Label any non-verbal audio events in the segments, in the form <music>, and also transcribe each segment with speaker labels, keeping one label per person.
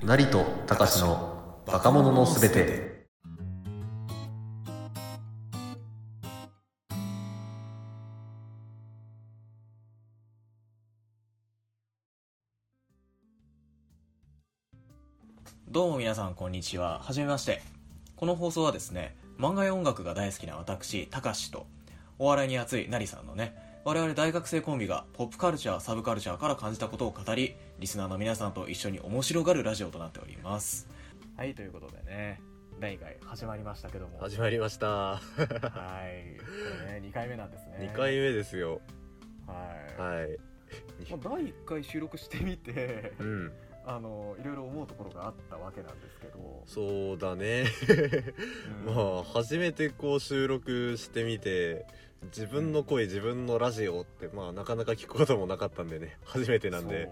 Speaker 1: 成と高しの若者のすべて。
Speaker 2: どうも皆さんこんにちは。はじめまして。この放送はですね、漫画や音楽が大好きな私、たかしと、お笑いに熱いなりさんのね、我々大学生コンビがポップカルチャー、サブカルチャーから感じたことを語り、リスナーの皆さんと一緒に面白がるラジオとなっております。はい、ということでね、第1回始まりましたけども。
Speaker 1: 始まりました。
Speaker 2: はい。これね、2回目なんですね。
Speaker 1: 二回目ですよ。
Speaker 2: はい。
Speaker 1: はい。
Speaker 2: まあ第1回収録してみて
Speaker 1: うん。
Speaker 2: あのいろいろ思うところがあったわけなんですけど、
Speaker 1: そうだ
Speaker 2: <laughs>
Speaker 1: ね。
Speaker 2: うん
Speaker 1: まあ、初めてこう収録してみて、自分の声、自分のラジオって、まあ、なかなか聞くこともなかったんでね、初めてなんで、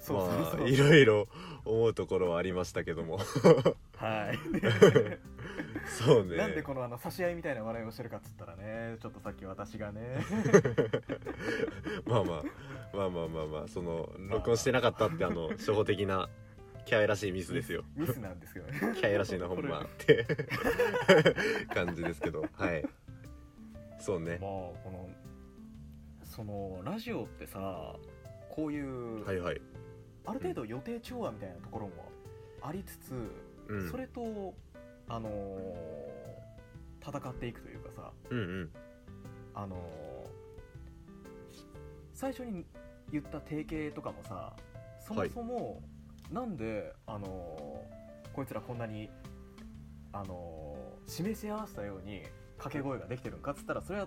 Speaker 2: そうそうそう
Speaker 1: ま
Speaker 2: そう
Speaker 1: あ、いろいろ思うところはありましたけど
Speaker 2: <laughs>
Speaker 1: も。
Speaker 2: はい
Speaker 1: <laughs>
Speaker 2: <laughs>
Speaker 1: そうね。
Speaker 2: なんでこのあの差し合いみたいな笑いをしてるかっつったらねちょっとさっき私
Speaker 1: <laughs>
Speaker 2: がね
Speaker 1: <laughs> まあまあまあまあまあまあその録音してなかったってあの初歩的なキャイらしいミスですよ
Speaker 2: ミスなんですけどね
Speaker 1: キャイらしいなほんまって感じですけどはいそう
Speaker 2: まあ
Speaker 1: ね
Speaker 2: このそのラジオってさこういう、
Speaker 1: はいはい
Speaker 2: ある程度予定調和みたいなところもありつつ、
Speaker 1: うん
Speaker 2: それとあのー戦っていくというかさ
Speaker 1: うんうん
Speaker 2: あのー最初に言った提携とかもさそもそもなんで、あのーこいつらこんなに、あのー示し合わせたように掛け声ができてるんかっつったらそれは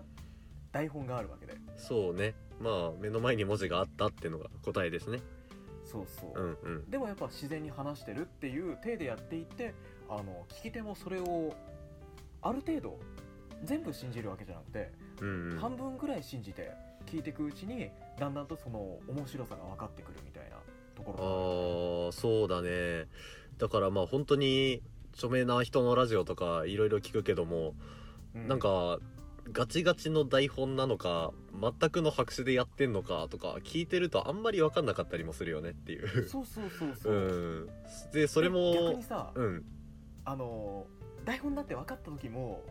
Speaker 2: 台本があるわけで
Speaker 1: そうねまあ目の前に文字があったってのが答えですね
Speaker 2: そうそう
Speaker 1: う、んうん
Speaker 2: でもやっぱ自然に話してるっていう体でやっていってあの聞き手もそれをある程度全部信じるわけじゃなくて
Speaker 1: うんうん
Speaker 2: 半分ぐらい信じて聞いていくうちにだんだんとその面白さが分かってくるみたいなとこ
Speaker 1: あ
Speaker 2: ろ
Speaker 1: ーそうだねだからまあ本当に著名な人のラジオとかいろいろ聞くけども
Speaker 2: がう
Speaker 1: なんかガチガチの台本なのか全くの白紙でやってんのかとか聞いてるとあんまり分かんなかったりもするよねっていう。
Speaker 2: そうそうそうそうう、
Speaker 1: ん、でそれ
Speaker 2: 逆
Speaker 1: も
Speaker 2: にさ、
Speaker 1: うん
Speaker 2: あの台本だって分かった時も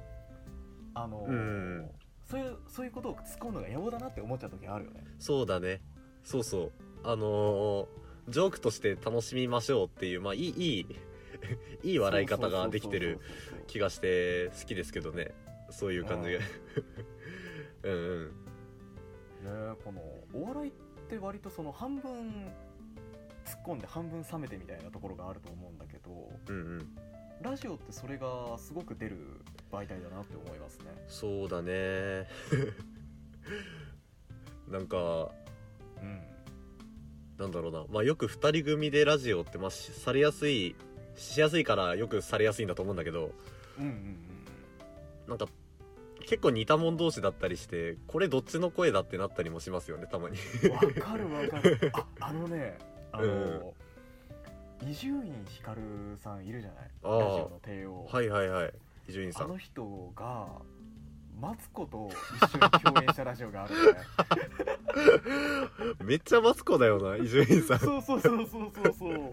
Speaker 2: あの、
Speaker 1: うん
Speaker 2: そういうそういうことを突っ込むのが野暮だなって思っちゃう時あるよね
Speaker 1: そうだねそうそうあのージョークとして楽しみましょうっていうまあいいい <laughs> いいい笑い方ができてる
Speaker 2: そうそうそうそう
Speaker 1: 気がして好きですけどねそういう感じが <laughs> うんうん
Speaker 2: ねこのお笑いって割とその半分突っ込んで半分冷めてみたいなところがあると思うんだけど
Speaker 1: うんうん
Speaker 2: ラジオってそれがすごく出る媒体だなって思いますね
Speaker 1: そうだね <laughs> なんか
Speaker 2: うん
Speaker 1: なんだろうな、まあ、よく2人組でラジオって、まあ、しされやすいしやすいからよくされやすいんだと思うんだけど
Speaker 2: うんうん
Speaker 1: なんか結構似た者同士だったりしてこれどっちの声だってなったりもしますよねた
Speaker 2: <laughs>
Speaker 1: まに
Speaker 2: うんうんわかるわかるああのねあ
Speaker 1: うん
Speaker 2: の伊集院光さんいるじゃない
Speaker 1: あー
Speaker 2: ラジオの帝王、
Speaker 1: はいはいはい伊集院さ
Speaker 2: あ
Speaker 1: ん
Speaker 2: の人がマツコと一緒に共演したラジオがあるよね
Speaker 1: <laughs> めっちゃマツコだよ <laughs> な伊集院さん
Speaker 2: そうそうそうそうそうそう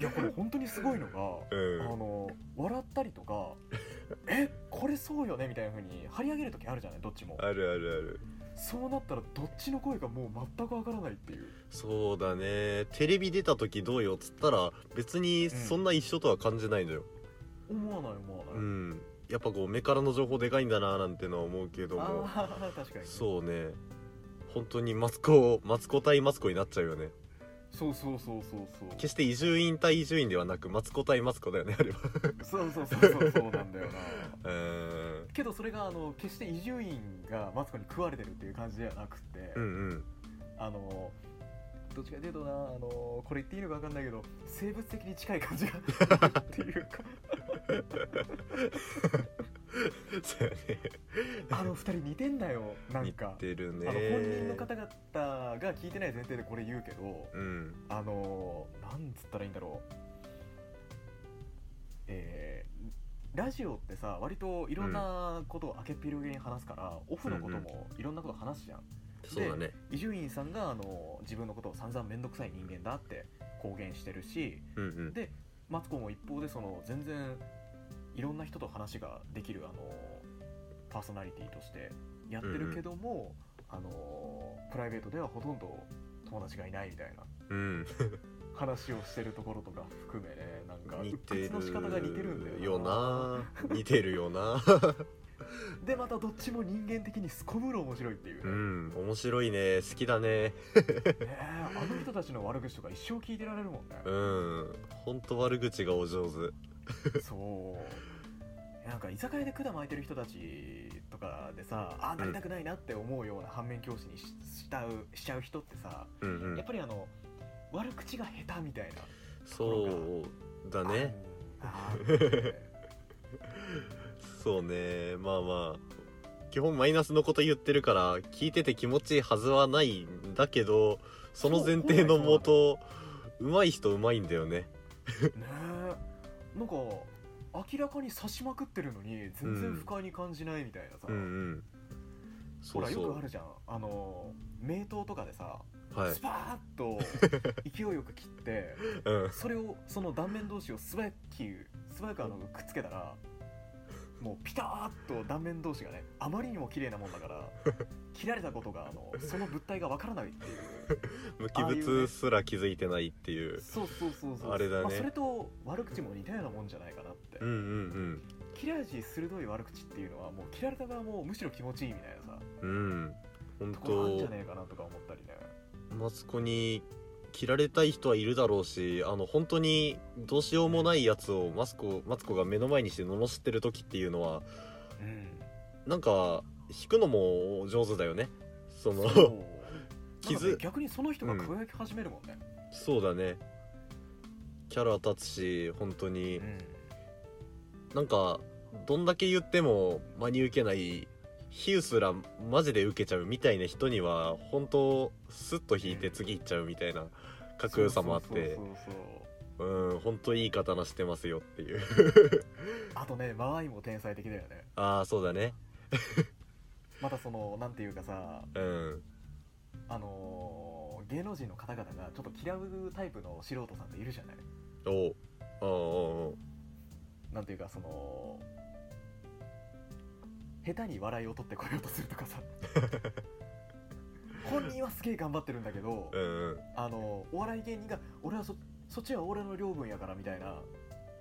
Speaker 2: いやこれ本当にすごいのが
Speaker 1: うん
Speaker 2: あの笑ったりとか
Speaker 1: <laughs>
Speaker 2: 「えこれそうよね」みたいな風に張り上げる時あるじゃないどっちも
Speaker 1: あるあるある
Speaker 2: そうなったらどっちの声かもう全くわからないっていう
Speaker 1: そうだねテレビ出た時どうよっつったら別にそんな一緒とは感じないのよ、
Speaker 2: 思わない思わない、
Speaker 1: うん、やっぱこう目からの情報でかいんだななんてのは思うけども
Speaker 2: ああ確かにそ
Speaker 1: そ
Speaker 2: う
Speaker 1: うね本当にマツコマツコ対マツコになっちゃうよね
Speaker 2: そうそうそうそうそう
Speaker 1: 決して伊集院対伊集院ではなくマツコ対マツコだよねあれ
Speaker 2: <laughs>
Speaker 1: は
Speaker 2: そうそうそうそうそうなん
Speaker 1: <laughs>
Speaker 2: だよな
Speaker 1: うーん
Speaker 2: けどそれがあの決して伊集院がマツコに食われてるっていう感じではなくて、
Speaker 1: うんうん
Speaker 2: あのどっちかというとなあのこれ言っていいのか分かんないけど生物的に近い感じが <laughs> っていうか
Speaker 1: そうやね
Speaker 2: あの二人似てんだよなん
Speaker 1: 似
Speaker 2: か
Speaker 1: てるね
Speaker 2: あの本人の方々が聞いてない前提でこれ言うけど
Speaker 1: うん
Speaker 2: あのーなんつったらいいんだろうえーラジオってさ割といろんなことを明けっぴろげに話すから、オフのこともいろんなこと話すじゃん
Speaker 1: そうだね
Speaker 2: 伊集院さんが、あのー自分のことを散々面倒くさい人間だって公言してるし
Speaker 1: うんうん
Speaker 2: でマツコも一方でその全然いろんな人と話ができるあのパーソナリティとしてやってるけども、あのプライベートではほとんど友達がいないみたいな
Speaker 1: うん
Speaker 2: 話をしてるところとか含めねなんか
Speaker 1: 似て
Speaker 2: 鬱屈の仕方が似てるんだよ
Speaker 1: るよな <laughs> 似てるよな
Speaker 2: でまたどっちも人間的にすこぶる面白いっていう
Speaker 1: う
Speaker 2: ね,ね
Speaker 1: ん面白いね好きだね
Speaker 2: え、あの人たちの悪口とか一生聞いてられるもんね
Speaker 1: うんほんと悪口がお上手
Speaker 2: そうなんか居酒屋で管巻いてる人たちとかでさああなりたくないなって思うような反面教師にししたうしちゃう人ってさ
Speaker 1: うんう
Speaker 2: やっ
Speaker 1: ん
Speaker 2: ぱりあの悪口が下手みたいな
Speaker 1: そうだね
Speaker 2: あんだ
Speaker 1: <laughs>
Speaker 2: ね
Speaker 1: そうねまあまあ基本マイナスのこと言ってるから聞いてて気持ちいいはずはないんだけどその前提のもと上手い人上手いんだよね
Speaker 2: ねえなんか明らかに刺しまくってるのに全然不快に感じないみたいなさ、
Speaker 1: うんうんそ
Speaker 2: ほ
Speaker 1: う
Speaker 2: らよ
Speaker 1: そ
Speaker 2: くあ
Speaker 1: う
Speaker 2: るじゃんあの名刀とかでさ、
Speaker 1: はい
Speaker 2: スパーッと
Speaker 1: <laughs>
Speaker 2: 勢いよく切って
Speaker 1: うん
Speaker 2: それをその断面同士を素早く素早くあのくっつけたらもうピターッと断面同士がねあまりにも綺麗なもんだから
Speaker 1: <laughs>
Speaker 2: 切られたことがあのその物体がわからないって
Speaker 1: <laughs>
Speaker 2: いう
Speaker 1: 無機物すら気づいてないっていう
Speaker 2: そうそうそうそう
Speaker 1: あれだね
Speaker 2: まあ、それと悪口も似たようなもんじゃないかなって、
Speaker 1: うんうん
Speaker 2: 切れ味鋭い悪口っていうのはもう切られた側もむしろ気持ちいいみたいなさ
Speaker 1: うんうん本
Speaker 2: ところあんじゃ
Speaker 1: 当
Speaker 2: ねえかなとか思ったりね
Speaker 1: マツコに切られたい人はいるだろうしあの本当にどうしようもないやつをマスコマツコが目の前にして罵ってる時っていうのは
Speaker 2: うん
Speaker 1: なんか弾くのも上手だよねその
Speaker 2: そうなんかね
Speaker 1: 傷
Speaker 2: 逆にその人が輝き始めるもんね、
Speaker 1: <laughs> そうだねキャラ立つし本当になんかどんだけ言っても真に受けない比喩すらマジで受けちゃうみたいな人には本当スッと引いて次行っちゃうみたいなかっこよさもあって
Speaker 2: そうそうそうそう
Speaker 1: うん本当いい刀してますよっていう
Speaker 2: あとね間合いも天才的だよね
Speaker 1: <laughs> ああそうだね
Speaker 2: またそのなんていうかさ
Speaker 1: うん
Speaker 2: あのー芸能人の方々がちょっと嫌うタイプの素人さんっているじゃない
Speaker 1: おうおうおう
Speaker 2: なんていうかその下手に笑いを取ってこようとするとかさ本人はすげえ頑張ってるんだけど、
Speaker 1: おううんうん
Speaker 2: あのお笑い芸人が俺はそそっちは俺の領分やからみたいな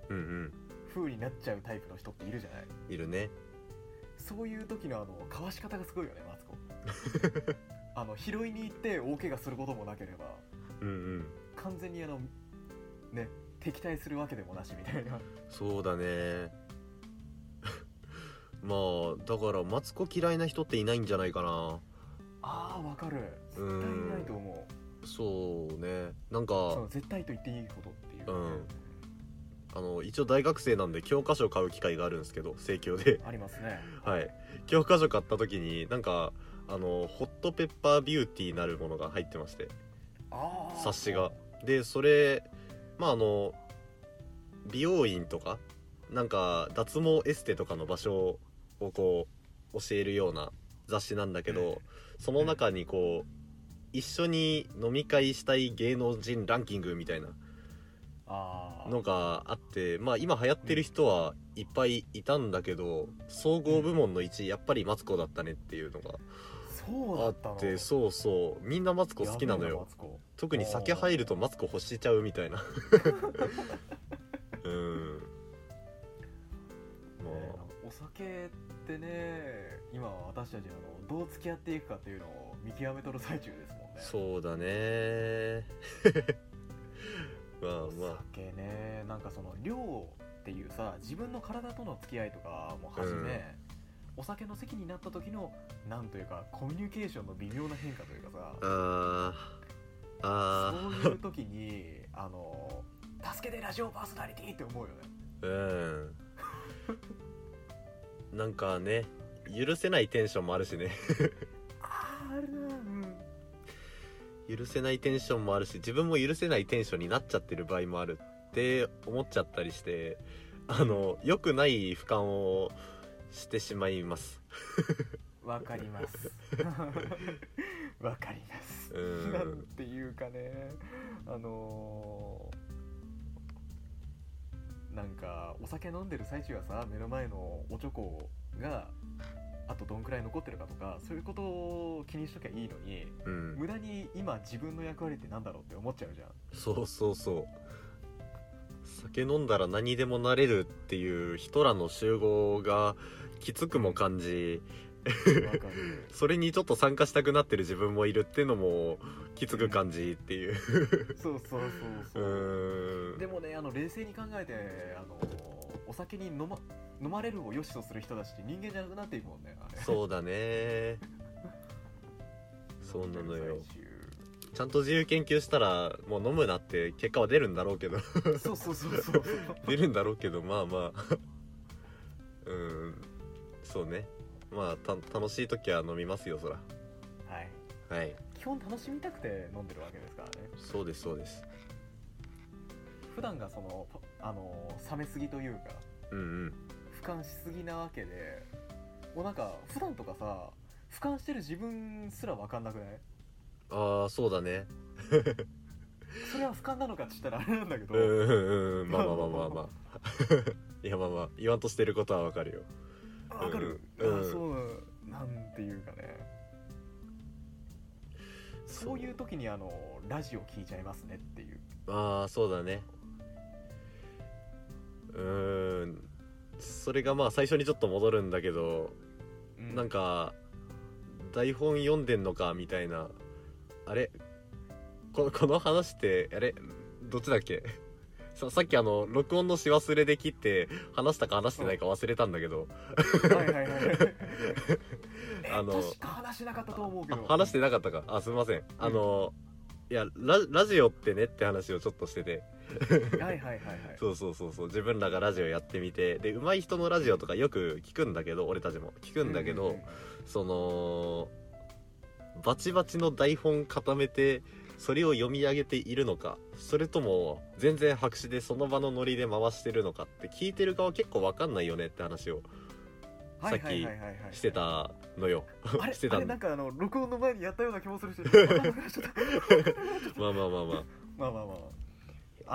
Speaker 1: うんうん
Speaker 2: 風になっちゃうタイプの人っているじゃない
Speaker 1: いるね
Speaker 2: そういう時のあのかわし方がすごいよねマツコあの拾いに行って大怪我することもなければ
Speaker 1: うんうん
Speaker 2: 完全にあのね敵対するわけでもなしみたいな
Speaker 1: そうだね <laughs> まあだからマツコ嫌いな人っていないんじゃないかな
Speaker 2: あーわかる絶
Speaker 1: う
Speaker 2: 対
Speaker 1: ん
Speaker 2: いないと思
Speaker 1: そうねなん
Speaker 2: うその
Speaker 1: か
Speaker 2: 絶対と言っていいことっていう、
Speaker 1: うんあの一応大学生なんで教科書を買う機会があるんですけど生協で <laughs>
Speaker 2: ありますね
Speaker 1: はい教科書買った時になんかあのホットペッパービューティーなるものが入ってまして
Speaker 2: あー
Speaker 1: 冊子がでそれまああの美容院とかなんか脱毛エステとかの場所をこう教えるような雑誌なんだけど、
Speaker 2: うん
Speaker 1: その中にこう一緒に飲み会したい芸能人ランキングみたいな
Speaker 2: あー
Speaker 1: のがあってまあ今流行ってる人はいっぱいいたんだけど総合部門の1位やっぱりマツコだったねっていうのが
Speaker 2: そうだ
Speaker 1: あ
Speaker 2: ったの
Speaker 1: ってそうそうみんなマツコ好きなの
Speaker 2: やべえ
Speaker 1: よ
Speaker 2: マツコ
Speaker 1: 特に酒入るとマツコ欲しちゃうみたいな
Speaker 2: <laughs>
Speaker 1: うん
Speaker 2: ねお酒ってね今は私たちあのどう付き合っていくかっていうのを見極めとる最中ですもんね
Speaker 1: まあそうだね <laughs> まあ
Speaker 2: お
Speaker 1: ま
Speaker 2: 酒ねなんかその量っていうさ自分の体との付き合いとかもはじめ、お酒の席になった時のなんというかコミュニケーションの微妙な変化というか
Speaker 1: ああー
Speaker 2: さ
Speaker 1: あ
Speaker 2: そういう時にあの助けてラジオパーソナリティって思うよね
Speaker 1: ーうんなんかね許せないテンションもあるしね
Speaker 2: あーあるなうん
Speaker 1: 許せないテンションもあるし自分も許せないテンションになっちゃってる場合もあるって思っちゃったりしてあの良くない俯瞰をしてしまいます <laughs>
Speaker 2: わかります。わかります
Speaker 1: うん
Speaker 2: なんていうかねあのーなんかお酒飲んでる最中はさ目の前のおちょこがあとどんくらい残ってるかとかそういうことを気にしときゃいいのに
Speaker 1: うん
Speaker 2: 無駄に今自分の役割ってなんだろうって思っちゃうじゃん
Speaker 1: <laughs> そうそうそう酒飲んだら何でもなれるっていう人らの集合がきつくも感じ
Speaker 2: わかる
Speaker 1: それにちょっと参加したくなってる自分もいるっていうのもきつく感じっていう
Speaker 2: そうそうそう
Speaker 1: う
Speaker 2: そう
Speaker 1: ーん
Speaker 2: <laughs> でもねあの冷静に考えてあのお酒に飲ま飲まれるを良しとする人だし人間じゃなくなっていくもんねあれ
Speaker 1: そうだ <laughs> ねそうなのよ
Speaker 2: 最終
Speaker 1: ちゃんと自由研究したらもう飲むなって結果は出るんだろうけど <laughs>
Speaker 2: そうそうそうそう
Speaker 1: 出るんだろうけどまあ <laughs> まあうんそうねまあた楽しい時は飲みますよそら
Speaker 2: はい
Speaker 1: はい
Speaker 2: 基本楽しみたくて飲んでるわけですからね
Speaker 1: そうですそうです
Speaker 2: 普段がそのパあの冷めすぎというか
Speaker 1: うんうん
Speaker 2: 俯瞰しすぎなわけでもうなんか普段とかさ俯瞰してる自分すら分かんなくない
Speaker 1: ああそうだね
Speaker 2: それは俯瞰なのかって言ったらあれなんだけど、
Speaker 1: うんうんうんうんまあまあまあまあまあ <laughs> いやまあまあ言わんとしてることはわかるよ
Speaker 2: わかる、
Speaker 1: うん
Speaker 2: ああそうなんていうかねそういう時にあのラジオ聞いちゃいますねっていう
Speaker 1: ああそうだねうーんそれがまあ最初にちょっと戻るんだけど、なん <laughs>
Speaker 2: か
Speaker 1: か台本読んでんのかみたいなあれここの話ってあれどっちだっけささっきあの録音のし忘れで切って話したか話してないか忘れたんだけど、
Speaker 2: はい <laughs> はいはい
Speaker 1: あの
Speaker 2: 確か話しなかったと思うけ
Speaker 1: あ
Speaker 2: ど
Speaker 1: 話してなかったかあすいませんあの、いやララジオってねって話をちょっとしてて
Speaker 2: はいはいはいはい
Speaker 1: そうそうそうそう自分らがラジオやってみてで上手い人のラジオとかよく聞くんだけど俺たちも聞くんだけど、
Speaker 2: う
Speaker 1: そのバチバチの台本固めてそれを読み上げているのかそれとも全然白紙でその場のノリで回してるのかって聞いてる側結構わかんないよねって話を
Speaker 2: はいはいはいはいはい
Speaker 1: してたのよ。
Speaker 2: あ
Speaker 1: <laughs>
Speaker 2: れ
Speaker 1: して
Speaker 2: あ
Speaker 1: た
Speaker 2: れ
Speaker 1: ん
Speaker 2: な
Speaker 1: だ
Speaker 2: んかあの録音の前にやったような気もするしま
Speaker 1: まあまあまあ
Speaker 2: <laughs>
Speaker 1: ま
Speaker 2: あまあまあ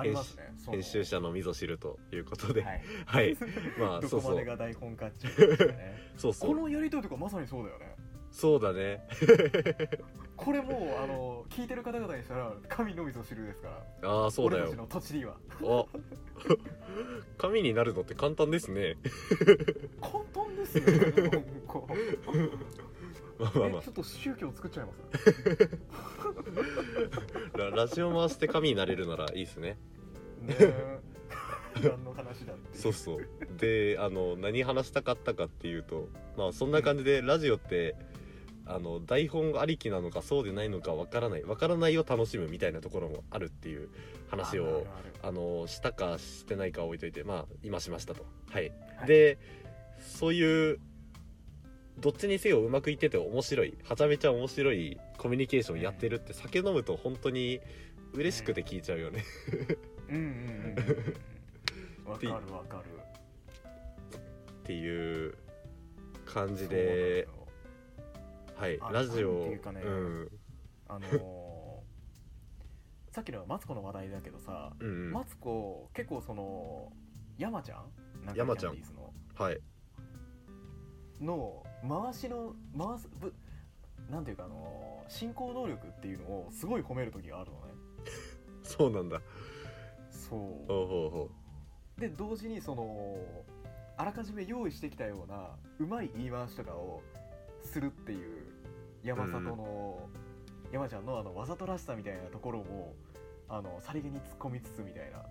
Speaker 2: ありますね
Speaker 1: あ編集
Speaker 2: し
Speaker 1: 者のみぞ知るということでは、
Speaker 2: はいい、
Speaker 1: まあそ
Speaker 2: <laughs> ど
Speaker 1: う
Speaker 2: こ
Speaker 1: そ
Speaker 2: まで
Speaker 1: う
Speaker 2: が台本かっていうことだよ
Speaker 1: <laughs>
Speaker 2: ね
Speaker 1: そうそ
Speaker 2: こ
Speaker 1: う
Speaker 2: のやりとりとかまさにそうだよね
Speaker 1: そうだね
Speaker 2: これもうあの聞いてる方々にしたら神のみぞ知るですから
Speaker 1: ああそうだ
Speaker 2: 俺た
Speaker 1: よ
Speaker 2: ちの土地には
Speaker 1: あ <laughs> 紙になるのって簡単です
Speaker 2: <laughs>
Speaker 1: ね
Speaker 2: 簡単です
Speaker 1: <laughs>
Speaker 2: よ、ね、こう
Speaker 1: まあまあ
Speaker 2: え
Speaker 1: ま
Speaker 2: ちょっと宗教作っちゃいます
Speaker 1: <laughs> あララジオ回して紙になれるならいいですね
Speaker 2: ねえ何の話だって
Speaker 1: そうそうであの何話したかったかっていうとまあそんな感じでラジオってあの台本ありきなのかそうでないのかわからないわからないを楽しむみたいなところもあるっていう話を
Speaker 2: あるある
Speaker 1: あのしたかしてないかは置いといてまあ今しましたとはい、
Speaker 2: はい
Speaker 1: でそういうどっちにせようまくいってて面白いはちゃめちゃ面白いコミュニケーションやってるって酒飲むと本当に嬉しくて聞いちゃうよね、
Speaker 2: うんうんうんうんわかるわかる
Speaker 1: っていう感じ
Speaker 2: そうなの
Speaker 1: で
Speaker 2: よ
Speaker 1: はい
Speaker 2: あ
Speaker 1: ラジオ
Speaker 2: なんていうかね
Speaker 1: ん、
Speaker 2: あのーさっきのマツコの話題だけどさ、
Speaker 1: うんうん
Speaker 2: マツコ結構その山ちゃんなんか
Speaker 1: 山ちゃん
Speaker 2: キャンディーズの
Speaker 1: はい
Speaker 2: の回しの回すぶなんていうかあのー進行能力っていうのをすごい褒める時があるのね
Speaker 1: そうなんだ
Speaker 2: そう
Speaker 1: ほうほうほ
Speaker 2: で同時にそのあらかじめ用意してきたようなうまい言い回しとかをするっていう山里の、山ちゃんのあのわざとらしさみたいなところもあのさりげに突っ込みつつみたいな
Speaker 1: う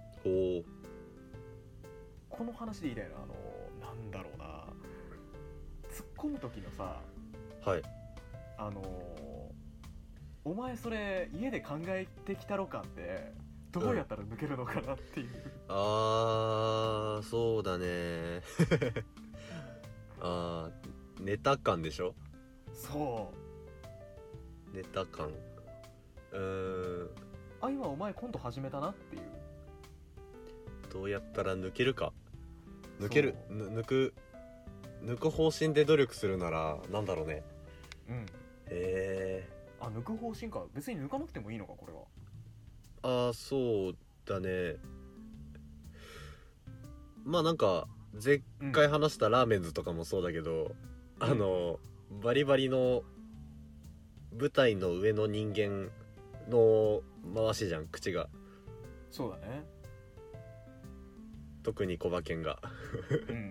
Speaker 1: ほ
Speaker 2: この話で言いたいのはあのなんだろうな突っ込む時のさ
Speaker 1: うはい
Speaker 2: あのお前それ家で考えてきたろ感ってどうやったら抜けるのかなっていう、
Speaker 1: あーそうだね <laughs> あーネタ感でしょ
Speaker 2: そう
Speaker 1: ネタ感うーん
Speaker 2: あ今お前コント始めたなっていう
Speaker 1: どうやったら抜けるか抜けるぬ抜く抜く方針で努力するならなんだろうね
Speaker 2: うん
Speaker 1: え
Speaker 2: あ抜く方針か別に抜かなくてもいいのかこれは
Speaker 1: ああそうだねまあなんか前
Speaker 2: うん
Speaker 1: 回話したラーメンズとかもそうだけど、あのバリバリの舞台の上の人間の回しじゃん口が
Speaker 2: そうだ
Speaker 1: <laughs>
Speaker 2: ね
Speaker 1: 特に小馬犬が
Speaker 2: うんうん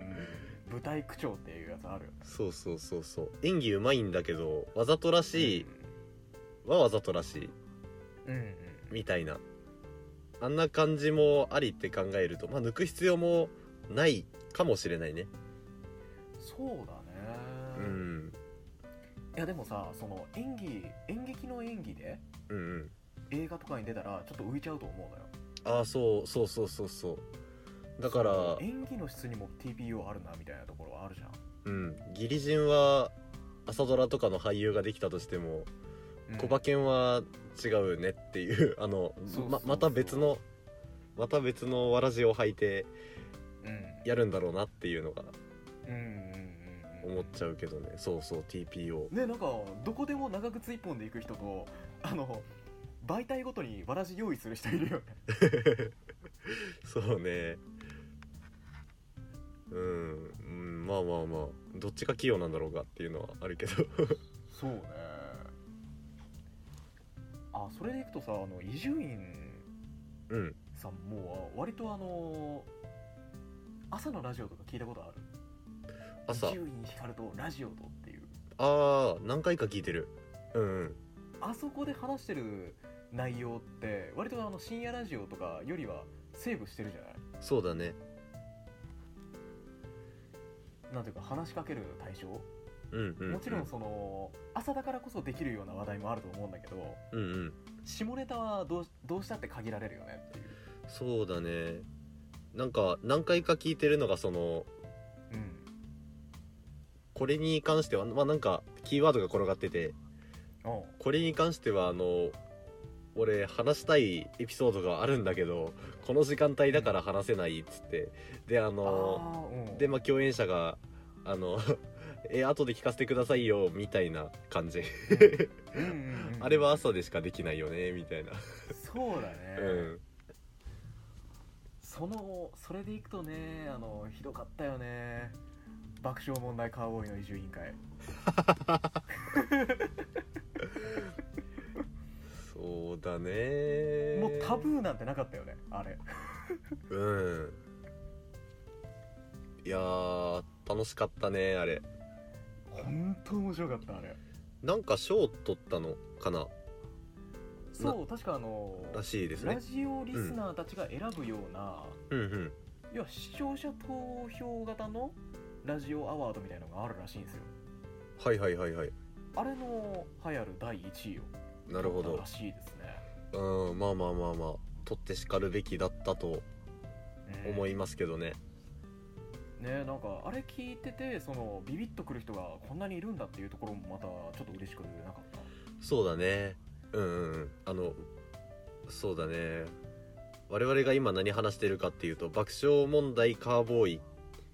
Speaker 2: 舞台区長っていうやつあるよね
Speaker 1: そうそうそうそう演技うまいんだけどわざとらしいはわざとらしい
Speaker 2: うんうん
Speaker 1: みたいなあんな感じもありって考えるとまあ抜く必要もないかもしれないね
Speaker 2: そうだね
Speaker 1: うん
Speaker 2: いやでもさその演技演劇の演技で
Speaker 1: うんうん
Speaker 2: 映画とかに出たらちょっと浮いちゃうと思うのよ
Speaker 1: ああそうそうそうそうそうだから
Speaker 2: その演技の質にも TPO あるなみたいなところはあるじゃん
Speaker 1: うんギリ人は朝ドラとかの俳優ができたとしても、
Speaker 2: うん
Speaker 1: 小馬犬は違うねっていう <laughs> あの
Speaker 2: そうそう
Speaker 1: ま
Speaker 2: そう
Speaker 1: また別のまた別のわらじを履いて
Speaker 2: うん
Speaker 1: やるんだろうなっていうのが
Speaker 2: うんうんうんうん
Speaker 1: 思っちゃうけどねそうそう TPO
Speaker 2: ねなんかどこでも長靴一本で行く人とあの媒体ごとにわらじ用意する人いるよね
Speaker 1: <laughs> そうねうん、うん、まあまあまあどっちが器用なんだろうかっていうのはあるけど <laughs>
Speaker 2: そうねあそれでいくとさあの伊集院
Speaker 1: うん
Speaker 2: さんも割とあの朝のラジオとか聞いたことある
Speaker 1: 朝
Speaker 2: 伊集院光とラジオとっていう
Speaker 1: ああ何回か聞いてるうんうん
Speaker 2: あそこで話してる内容って割とあの深夜ラジオとかよりはセーブしてるじゃない
Speaker 1: そうだね
Speaker 2: なんていうか話しかける対象、
Speaker 1: うんうん、うん、
Speaker 2: もちろんその朝だからこそできるような話題もあると思うんだけど
Speaker 1: うんうん
Speaker 2: 下ネタはどうどうしたって限られるよねっていう、
Speaker 1: そうだねなんか何回か聞いてるのがその
Speaker 2: うん
Speaker 1: これに関してはまあなんかキーワードが転がってて
Speaker 2: おう
Speaker 1: これに関してはあの俺話したいエピソードがあるんだけどこの時間帯だから話せないっつってであの
Speaker 2: あーうん
Speaker 1: でまあ共演者があの <laughs> え後で聞かせてくださいよみたいな感じ
Speaker 2: うんうんうん
Speaker 1: あれは朝でしかできないよねみたいな
Speaker 2: そうだね、
Speaker 1: うん
Speaker 2: そのそれでいくとねあのひどかったよね爆笑問題カーボーイの移住委員会
Speaker 1: そうだね
Speaker 2: もうタブーなんてなかったよねあれ
Speaker 1: うんいやー楽しかったねあれ
Speaker 2: 本当面白かったあれ
Speaker 1: なんか賞取ったのかな
Speaker 2: そう確かあの
Speaker 1: らしいですね
Speaker 2: ラジオリスナーたちが選ぶような、
Speaker 1: うんうん
Speaker 2: 要は視聴者投票型のラジオアワードみたいのがあるらしいんですよ
Speaker 1: はいはいはいはい
Speaker 2: あれの流行る第1位を
Speaker 1: なるほ
Speaker 2: 取
Speaker 1: ど
Speaker 2: ったらしいですね
Speaker 1: うんまあまあまあまあ取ってしかるべきだったと
Speaker 2: うん
Speaker 1: 思いますけどね
Speaker 2: ねなんかあれ聞いててそのビビッとくる人がこんなにいるんだっていうところもまたちょっと嬉しくなかった
Speaker 1: そうだねうんうんうんあのそうだね我々が今何話してるかっていうと爆笑問題カーボーイ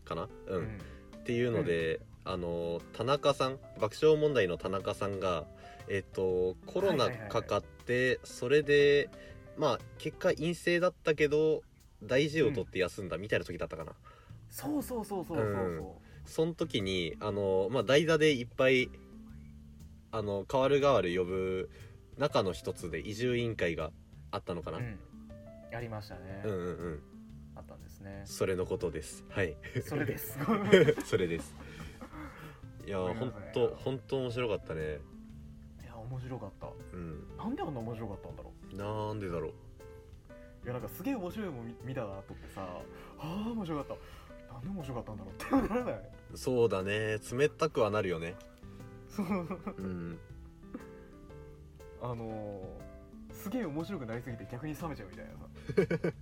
Speaker 1: かなうん、
Speaker 2: うん
Speaker 1: っていうので、あの田中さん爆笑問題の田中さんがえっとコロナ
Speaker 2: はいはいはいはい
Speaker 1: かかって、それでまあ結果陰性だったけど大事を取って休んだみたいな時だったかな、
Speaker 2: そうそうそうそうそうそ
Speaker 1: その時にあの、まあ、代打でいっぱいあの代わる代わる呼ぶ中の一つで移住委員会があったのか
Speaker 2: う、
Speaker 1: な、
Speaker 2: う
Speaker 1: うん、
Speaker 2: ん、やりましたね、
Speaker 1: うんうんうん
Speaker 2: あったんですね
Speaker 1: それのことですはい
Speaker 2: それです
Speaker 1: <laughs> それですいや
Speaker 2: ご
Speaker 1: ー
Speaker 2: めん
Speaker 1: ほ
Speaker 2: な
Speaker 1: ん
Speaker 2: さい
Speaker 1: とほんと面白かったね
Speaker 2: いや面白かった
Speaker 1: うん
Speaker 2: なんであんな面白かったんだろ
Speaker 1: なんでだろう
Speaker 2: ういやなんかすげえ面白いもん見見たなとってさああ面白かったなんで面白かったんだろうってならない <laughs>
Speaker 1: そうだね冷たくはなるよね
Speaker 2: そう
Speaker 1: うん
Speaker 2: あのー、すげえ面白くなりすぎて逆に冷めちゃうみたいなさ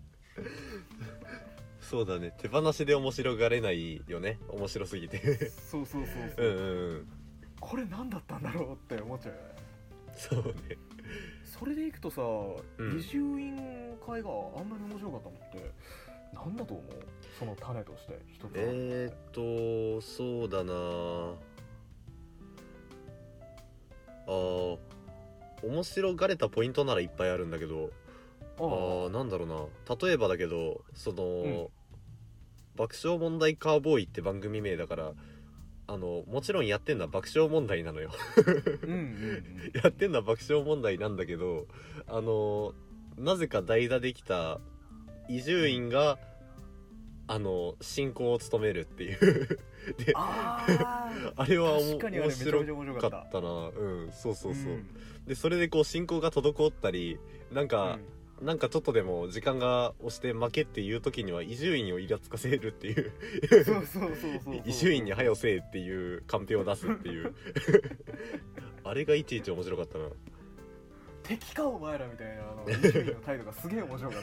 Speaker 1: そうだね手放しで面白がれないよね面白すぎて <laughs>
Speaker 2: そうそうそう
Speaker 1: う
Speaker 2: そ
Speaker 1: ん
Speaker 2: う、
Speaker 1: うんうん
Speaker 2: これ何だったんだろうって思っちゃうよね
Speaker 1: そうね
Speaker 2: それでいくとさ
Speaker 1: ん
Speaker 2: 移住院会があんなに面白かったのって何だと思うその種として一つある
Speaker 1: えー、っとそうだなあー面白がれたポイントならいっぱいあるんだけどあーなんだろうな例えばだけどその、
Speaker 2: うん
Speaker 1: 爆笑問題カーボーイ」って番組名だからあのもちろんやってんのは爆笑問題なのよ <laughs>
Speaker 2: うんうんうん
Speaker 1: やってんのは爆笑問題なんだけどあのなぜか代打できた伊集院があの進行を務めるっていうで
Speaker 2: あー
Speaker 1: あれはおも
Speaker 2: 確かにあれ
Speaker 1: 面
Speaker 2: めちゃ
Speaker 1: 白
Speaker 2: めちゃ面白
Speaker 1: か
Speaker 2: か
Speaker 1: っ
Speaker 2: ったた
Speaker 1: なうんそうそうそう、
Speaker 2: ん
Speaker 1: でそれでこう進行が滞ったりなんか、なんかちょっとでも時間が押して負けっていう時には伊集院をイラつかせるっていう
Speaker 2: うんそうそうそうそうそう
Speaker 1: 伊集院に「はよせえ」っていうカンペを出すっていう
Speaker 2: <laughs>
Speaker 1: あれがいちいち面白かったな <laughs>
Speaker 2: 敵かお前らみたいなあの伊集院の態度がすげえ面白かっ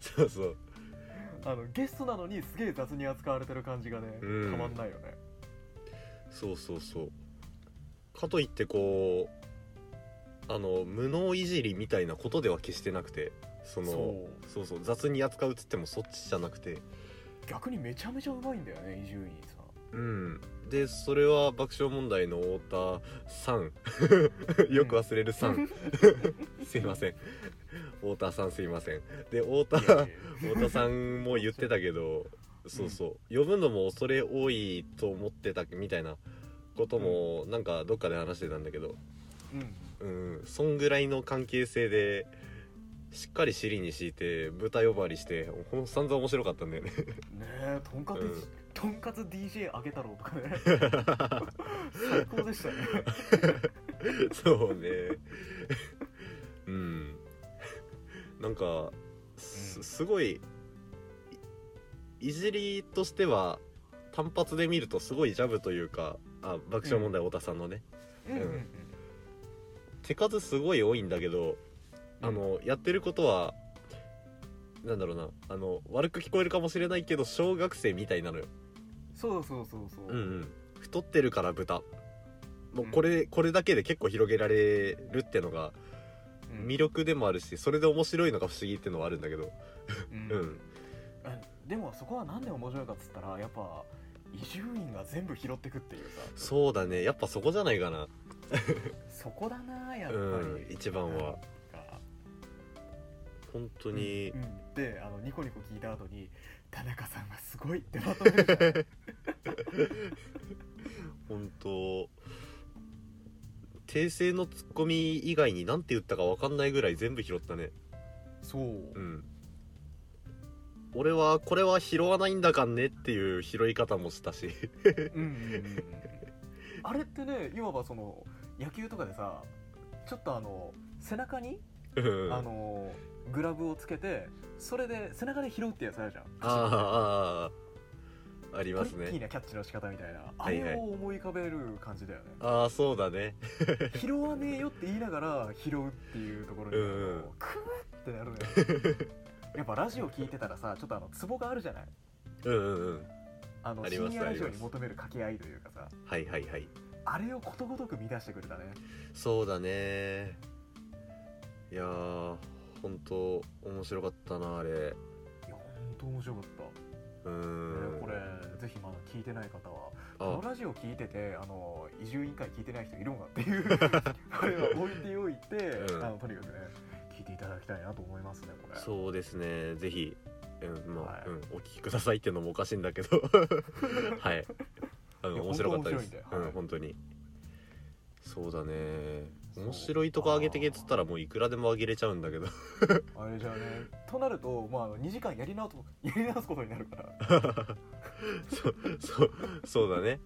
Speaker 1: そうそう
Speaker 2: たあのゲストなのにすげえ雑に扱われてる感じがねた
Speaker 1: うん
Speaker 2: まんないよね
Speaker 1: そうそうそうかといってこうあの無能いじりみたいなことでは決してなくてその
Speaker 2: そう
Speaker 1: そうそう雑に扱うっつってもそっちじゃなくて
Speaker 2: 逆にめちゃめちゃうまいんだよね伊集院さん
Speaker 1: うんでそれは爆笑問題の太田さんよく忘れるさん、
Speaker 2: <laughs>
Speaker 1: すいません太田さんすいませんで太 <laughs> 田
Speaker 2: いやいや
Speaker 1: 太田さんも言ってたけどそうそう呼ぶのも恐れ多いと思ってたみたいなこともなんかどっかで話してたんだけど
Speaker 2: うん
Speaker 1: うんそんぐらいの関係性でしっかり尻に敷いて舞台呼ばわりしてほん散々面白かったんだよね
Speaker 2: ねえとんかつ、
Speaker 1: うん
Speaker 2: とんかつ DJ あげ太郎とかね <laughs> 最高
Speaker 1: <laughs>
Speaker 2: でしたね
Speaker 1: そうねうんなんかすすごいいいじりとしては単発で見るとすごいジャブというかあ爆笑問題太田さんのね、
Speaker 2: うんうんうん
Speaker 1: 手数すごい多いんだけどあのやってることはなんだろうなあの悪く聞こえるかもしれないけど小学生みたいなのよ、
Speaker 2: そうそうそうそう、
Speaker 1: うんうん、太ってるから豚もうこれ,、これだけで結構広げられるってのが
Speaker 2: うん
Speaker 1: 魅力でもあるしそれで面白いのが不思議ってのはあるんだけど
Speaker 2: うん
Speaker 1: うん
Speaker 2: あでもそこはなんで面白いかっつったらやっぱ伊集院が全部拾ってくっていうさ
Speaker 1: そうだねやっぱそこじゃないかな
Speaker 2: そこだなやっ
Speaker 1: う
Speaker 2: ぱ
Speaker 1: ん
Speaker 2: り、
Speaker 1: 一番は本当
Speaker 2: うん
Speaker 1: に
Speaker 2: うんであのニコニコ聞いた後に「田中さんがすごい」ってまとめるじ
Speaker 1: <laughs>
Speaker 2: ゃん
Speaker 1: 本当訂正のツッコミ以外に何て言ったか分かんないぐらい全部拾ったね
Speaker 2: そう、
Speaker 1: うん俺はこれは拾わないんだかんねっていう拾い方もしたし
Speaker 2: うんうんうんうんあれってねいわばその野球とかでさちょっとあの背中に、
Speaker 1: うん
Speaker 2: あのグラブをつけてそれで背中で拾うってやつあるじゃん
Speaker 1: あーあーあーあり
Speaker 2: ト
Speaker 1: ま
Speaker 2: リ
Speaker 1: す
Speaker 2: ッキー
Speaker 1: ね
Speaker 2: なキャッチの仕方みたいなあ
Speaker 1: はいはい
Speaker 2: れを思い浮かべる感じだよ
Speaker 1: <laughs>
Speaker 2: ね、
Speaker 1: ああそうだね
Speaker 2: 拾わねえよって言いながら拾うっていうところに、
Speaker 1: うんうん
Speaker 2: あのクーってなるのよ
Speaker 1: <laughs>
Speaker 2: やっぱラジオ聞いてたらさちょっとあのツボがあるじゃない
Speaker 1: うんうんうん
Speaker 2: あの
Speaker 1: ありま
Speaker 2: 深
Speaker 1: す
Speaker 2: 夜ラジオ
Speaker 1: ありま
Speaker 2: に
Speaker 1: す
Speaker 2: 求める掛け合いというかさ
Speaker 1: はいはいはい
Speaker 2: あれをことごとく見出してくれたね
Speaker 1: そうだねいやー本当面白かったなあれ
Speaker 2: いやほんと面白かった
Speaker 1: う
Speaker 2: ね
Speaker 1: ん
Speaker 2: これぜひまだ聞いてない方はこ
Speaker 1: あ
Speaker 2: のラジオ聞いててあの移住委員会聞いてない人いるんかっていう <laughs> あれは置いておいて、
Speaker 1: うん
Speaker 2: あのとにかくね聞いていただきたいなと思いますねこれ
Speaker 1: そうですねぜひ、うんまあ
Speaker 2: はい
Speaker 1: うん、お聞きくださいってのもおかしいんだけ
Speaker 2: <laughs>
Speaker 1: どはいあ
Speaker 2: いや
Speaker 1: の面白かったです
Speaker 2: 本当面白いんではい
Speaker 1: うん、本当にそうだね
Speaker 2: そう
Speaker 1: 面白いとこ上げてけっつったらもういくらでも上げれちゃうんだけど <laughs>
Speaker 2: あれじゃあねとなると、まあ、あの2時間やり直すやり直すことに <laughs> なるから
Speaker 1: そうそうそうだね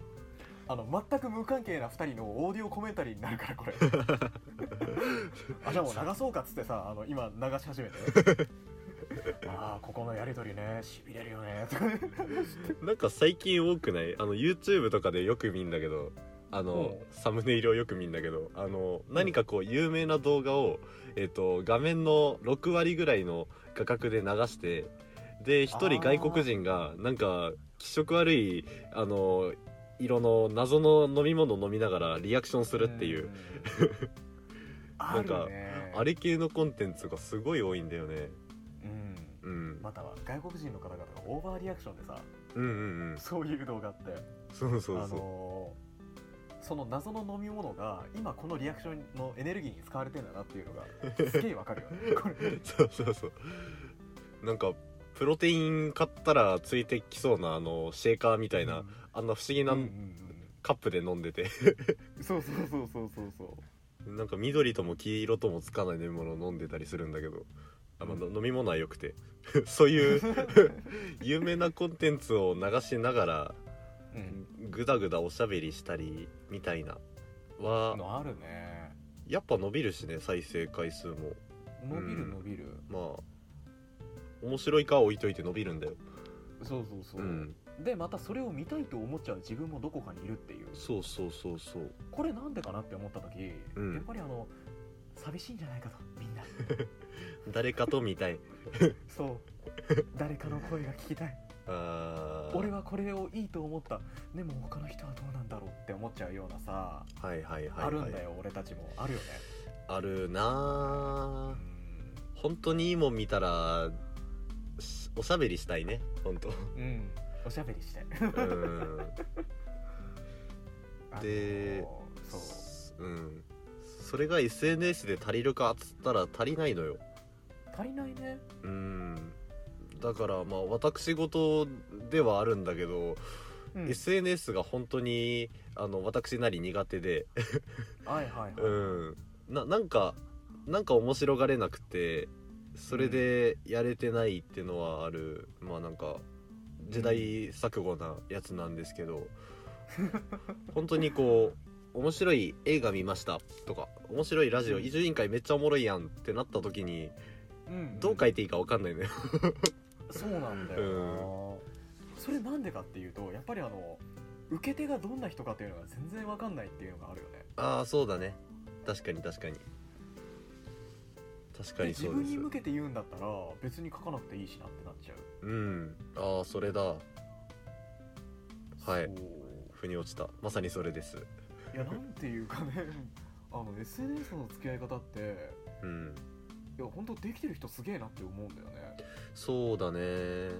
Speaker 2: あの全く無関係な2人のオーディオコメンタリーになるからこれあじゃあもう流そうかっつってさあの今流し始めて <laughs> ああここのやり取りねしびれるよねとかね
Speaker 1: <laughs> なんか最近多くないあの YouTube とかでよく見んだけどあの
Speaker 2: う
Speaker 1: サムネイルをよく見んだけどあの何かこう有名な動画を、えっと画面の6割ぐらいの画角で流してで一人
Speaker 2: あー
Speaker 1: 外国人がなんか気色悪いあの色の謎の飲み物を飲みながらリアクションするっていう、
Speaker 2: ん
Speaker 1: なんか
Speaker 2: あるね
Speaker 1: あれ系のコンテンツがすごい多いんだよね。
Speaker 2: うん
Speaker 1: うん、
Speaker 2: または外国人の方々がオーバーリアクションでさ
Speaker 1: うんうんうん
Speaker 2: そういう動画って
Speaker 1: そうそう
Speaker 2: あ
Speaker 1: そう
Speaker 2: のーその謎の飲み物が今このリアクションのエネルギーに使われてんだなっていうのがすげえわかるよねこ
Speaker 1: <laughs>
Speaker 2: れ
Speaker 1: そうそうそうなんかプロテイン買ったらついてきそうなあのシェーカーみたいな、
Speaker 2: うん
Speaker 1: あんな不思議な
Speaker 2: うんうん
Speaker 1: カップで飲んでて <laughs>
Speaker 2: うんそうそうそうそうそうそう
Speaker 1: なんか緑とも黄色ともつかない飲み物を飲んでたりするんだけどあ、まあの飲み物は良くて <laughs> そういう <laughs> 有名なコンテンツを流しながら
Speaker 2: うん
Speaker 1: グダグダおしゃべりしたりみたいなは
Speaker 2: のあるね
Speaker 1: やっぱ伸びるしね再生回数も
Speaker 2: 伸
Speaker 1: う
Speaker 2: びる
Speaker 1: ん
Speaker 2: 伸びる、
Speaker 1: まあ面白いかは置いといて伸びるんだよ
Speaker 2: そうそうそう、
Speaker 1: うん
Speaker 2: でまたそれを見たいと思っちゃう自分もどこかにいるっていう
Speaker 1: そうそうそうそう
Speaker 2: これなんでかなって思った時、
Speaker 1: うん
Speaker 2: やっぱりあの寂しいんじゃないかとみんな
Speaker 1: 誰かと見たい
Speaker 2: そう誰かの声が聞きたい
Speaker 1: あー
Speaker 2: 俺はこれをいいと思ったでも他の人はどうなんだろうって思っちゃうようなさ、
Speaker 1: はいはいはい、はい、
Speaker 2: あるんだよ俺たちもあるよね
Speaker 1: ある
Speaker 2: う
Speaker 1: なあ
Speaker 2: ん
Speaker 1: 本当にいいもん見たらしおしゃべりしたいね本当
Speaker 2: うんおしゃべりして
Speaker 1: うんで
Speaker 2: あのそう
Speaker 1: うんそれが SNS で足りるかっつったら足りないのよ
Speaker 2: 足りないね
Speaker 1: うんだからまあ私事ではあるんだけど、
Speaker 2: うん
Speaker 1: SNS が本当にあの私なり苦手で
Speaker 2: はいはいはい、
Speaker 1: うんななんかなんか面白がれなくてそれでやれてないっていうのはある、まあなんか時代錯誤なやつなんですけど、本当にこう面白い映画見ましたとか面白いラジオ
Speaker 2: うん
Speaker 1: 伊集院会めっちゃおもろいやんってなった時に
Speaker 2: うん
Speaker 1: どう書いていいか分かんないのよ。
Speaker 2: そうなんだよな、それなんでかっていうとやっぱりあの受け手がどんな人かっていうのが全然わかんないっていうのがあるよね
Speaker 1: ああそうだね確かに確かに確かに
Speaker 2: で自
Speaker 1: そうで
Speaker 2: 分に
Speaker 1: す
Speaker 2: 向けて言うんだったら別に書かなくていいしなってなっちゃ
Speaker 1: うんああそれだ
Speaker 2: う
Speaker 1: はい
Speaker 2: そう
Speaker 1: 腑に落ちたまさにそれです
Speaker 2: いやなんていうかね <laughs> あの SNS の付き合い方って
Speaker 1: うん
Speaker 2: いや本当できてる人すげえなって思うんだよね
Speaker 1: そうだね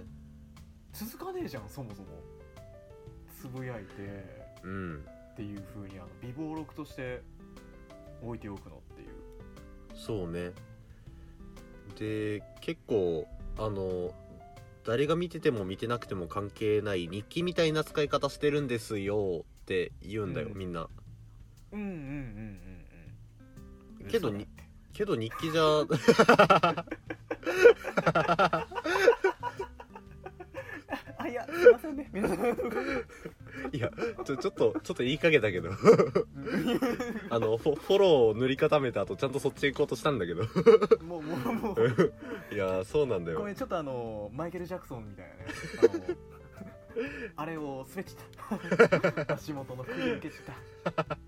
Speaker 2: 続かねえじゃんそもそもつぶやいて
Speaker 1: うん
Speaker 2: っていう風にあの備忘録として置いておくのっていう
Speaker 1: そうねで結構あの誰が見てても見てなくても関係ない日記みたいな使い方してるんですよって言うんだよ、
Speaker 2: うん
Speaker 1: みんな
Speaker 2: うんうんうんうんうん
Speaker 1: けど
Speaker 2: 嘘だ
Speaker 1: にけど日記じゃ <laughs>
Speaker 2: あいやすいませんね皆さん
Speaker 1: いやちょちょっとちょっと言いかけたけど <laughs> あのフォフォローを塗り固めた後ちゃんとそっち行こうとしたんだけど
Speaker 2: <laughs>
Speaker 1: <laughs>
Speaker 2: もうもうもう
Speaker 1: いやーそうなんだ
Speaker 2: <laughs> ご
Speaker 1: よ
Speaker 2: めんちょっとあのマイケル・ジャクソンみたいなねあの <laughs> あれを滑っちゃ <laughs> った足元の振り受けちゃっ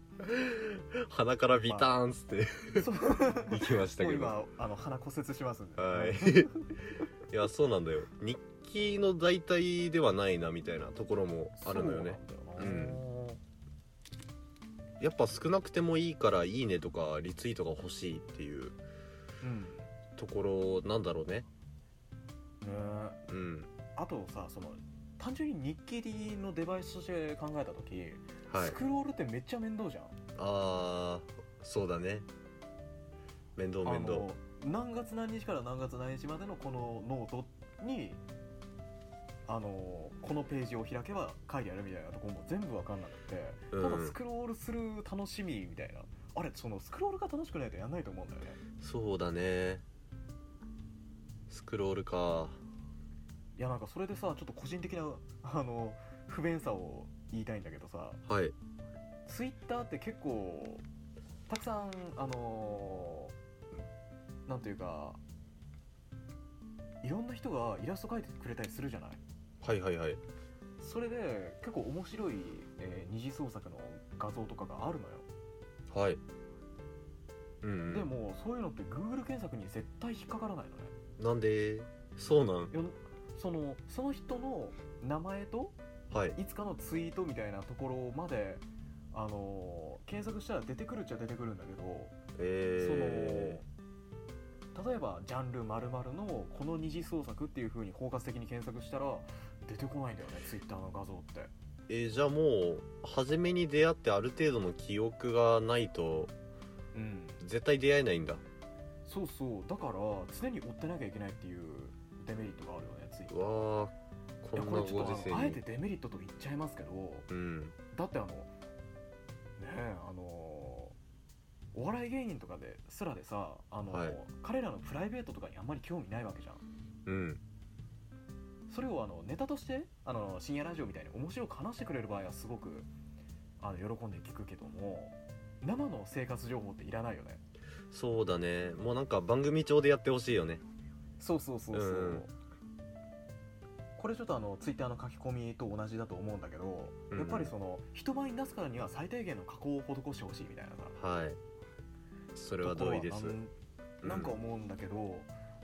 Speaker 1: 鼻からビターンっつって
Speaker 2: たそう
Speaker 1: 行きました
Speaker 2: もう
Speaker 1: けど
Speaker 2: 今あの鼻骨折しますんで
Speaker 1: はい
Speaker 2: <laughs>
Speaker 1: いやそうなんだよ日記の代替ではないなみたいなところもあるのよね
Speaker 2: そうなんだよな
Speaker 1: やっぱ少なくてもいいから「いいね」とかリツイートが欲しいっていう
Speaker 2: うん
Speaker 1: ところなんだろうね
Speaker 2: ね
Speaker 1: うん
Speaker 2: あとさその単純に日記のデバイスとして考えた時、
Speaker 1: はい
Speaker 2: スクロールってめっちゃ面倒じゃん
Speaker 1: あーそうだね面倒
Speaker 2: あ
Speaker 1: 面倒
Speaker 2: の何月何日から何月何日までのこのノートにあのこのページを開けば書いてあるみたいなところも全部わかんなくて、
Speaker 1: うん
Speaker 2: ただスクロールする楽しみみたいなあれそのスクロールが楽しくないとやんないと思うんだよね
Speaker 1: そうだねスクロールか
Speaker 2: いやなんかそれでさちょっと個人的なあの不便さを言いたいんだけどさ
Speaker 1: はい
Speaker 2: ツイッターって結構たくさんあのーなんていうかいろんな人がイラスト描いてくれたりするじゃない
Speaker 1: はいはいはい
Speaker 2: それで結構面白い、えー二次創作の画像とかがあるのよ、
Speaker 1: はいうん、
Speaker 2: でもそういうのって Google 検索に絶対引っかからないのね
Speaker 1: なんでそうなん
Speaker 2: いやそのその人の名前と
Speaker 1: はい
Speaker 2: いつかのツイートみたいなところまで、あのー検索したら出てくるっちゃ出てくるんだけど、
Speaker 1: え
Speaker 2: その例えばジャンル〇〇のこの二次創作っていう風に包括的に検索したら出てこないんだよねツイッターの画像って
Speaker 1: えーじゃあもう初めに出会ってある程度の記憶がないと
Speaker 2: うん
Speaker 1: 絶対出会えないんだ
Speaker 2: そうそうだから常に追ってなきゃいけないっていうデメリットがあるよねツイッタ
Speaker 1: う
Speaker 2: ーい
Speaker 1: わーこ
Speaker 2: や
Speaker 1: ん
Speaker 2: こ
Speaker 1: な
Speaker 2: れちょ
Speaker 1: ご
Speaker 2: っと
Speaker 1: 時
Speaker 2: あ
Speaker 1: 世
Speaker 2: のあえて
Speaker 1: に
Speaker 2: デメリットと言っちゃいますけど
Speaker 1: うん
Speaker 2: だってあのねえあのお笑い芸人とかですらでさあの、
Speaker 1: はい
Speaker 2: 彼らのプライベートとかにあんまり興味ないわけじゃん
Speaker 1: うん
Speaker 2: それをあのネタとしてあの深夜ラジオみたいに面白く話してくれる場合はすごくあの喜んで聞くけども生の生活情報っていらないよね
Speaker 1: そうだねもうなんか番組調でやってほしいよね
Speaker 2: そうそうそうそう、
Speaker 1: うん
Speaker 2: これちょっとあのツイッターの書き込みと同じだと思うんだけど、
Speaker 1: うん
Speaker 2: やっぱりその人前に出すからには最低限の加工を施してほしいみたいなさ
Speaker 1: はいそれは同意です
Speaker 2: ところは
Speaker 1: うん
Speaker 2: なんなんか思うんだけど、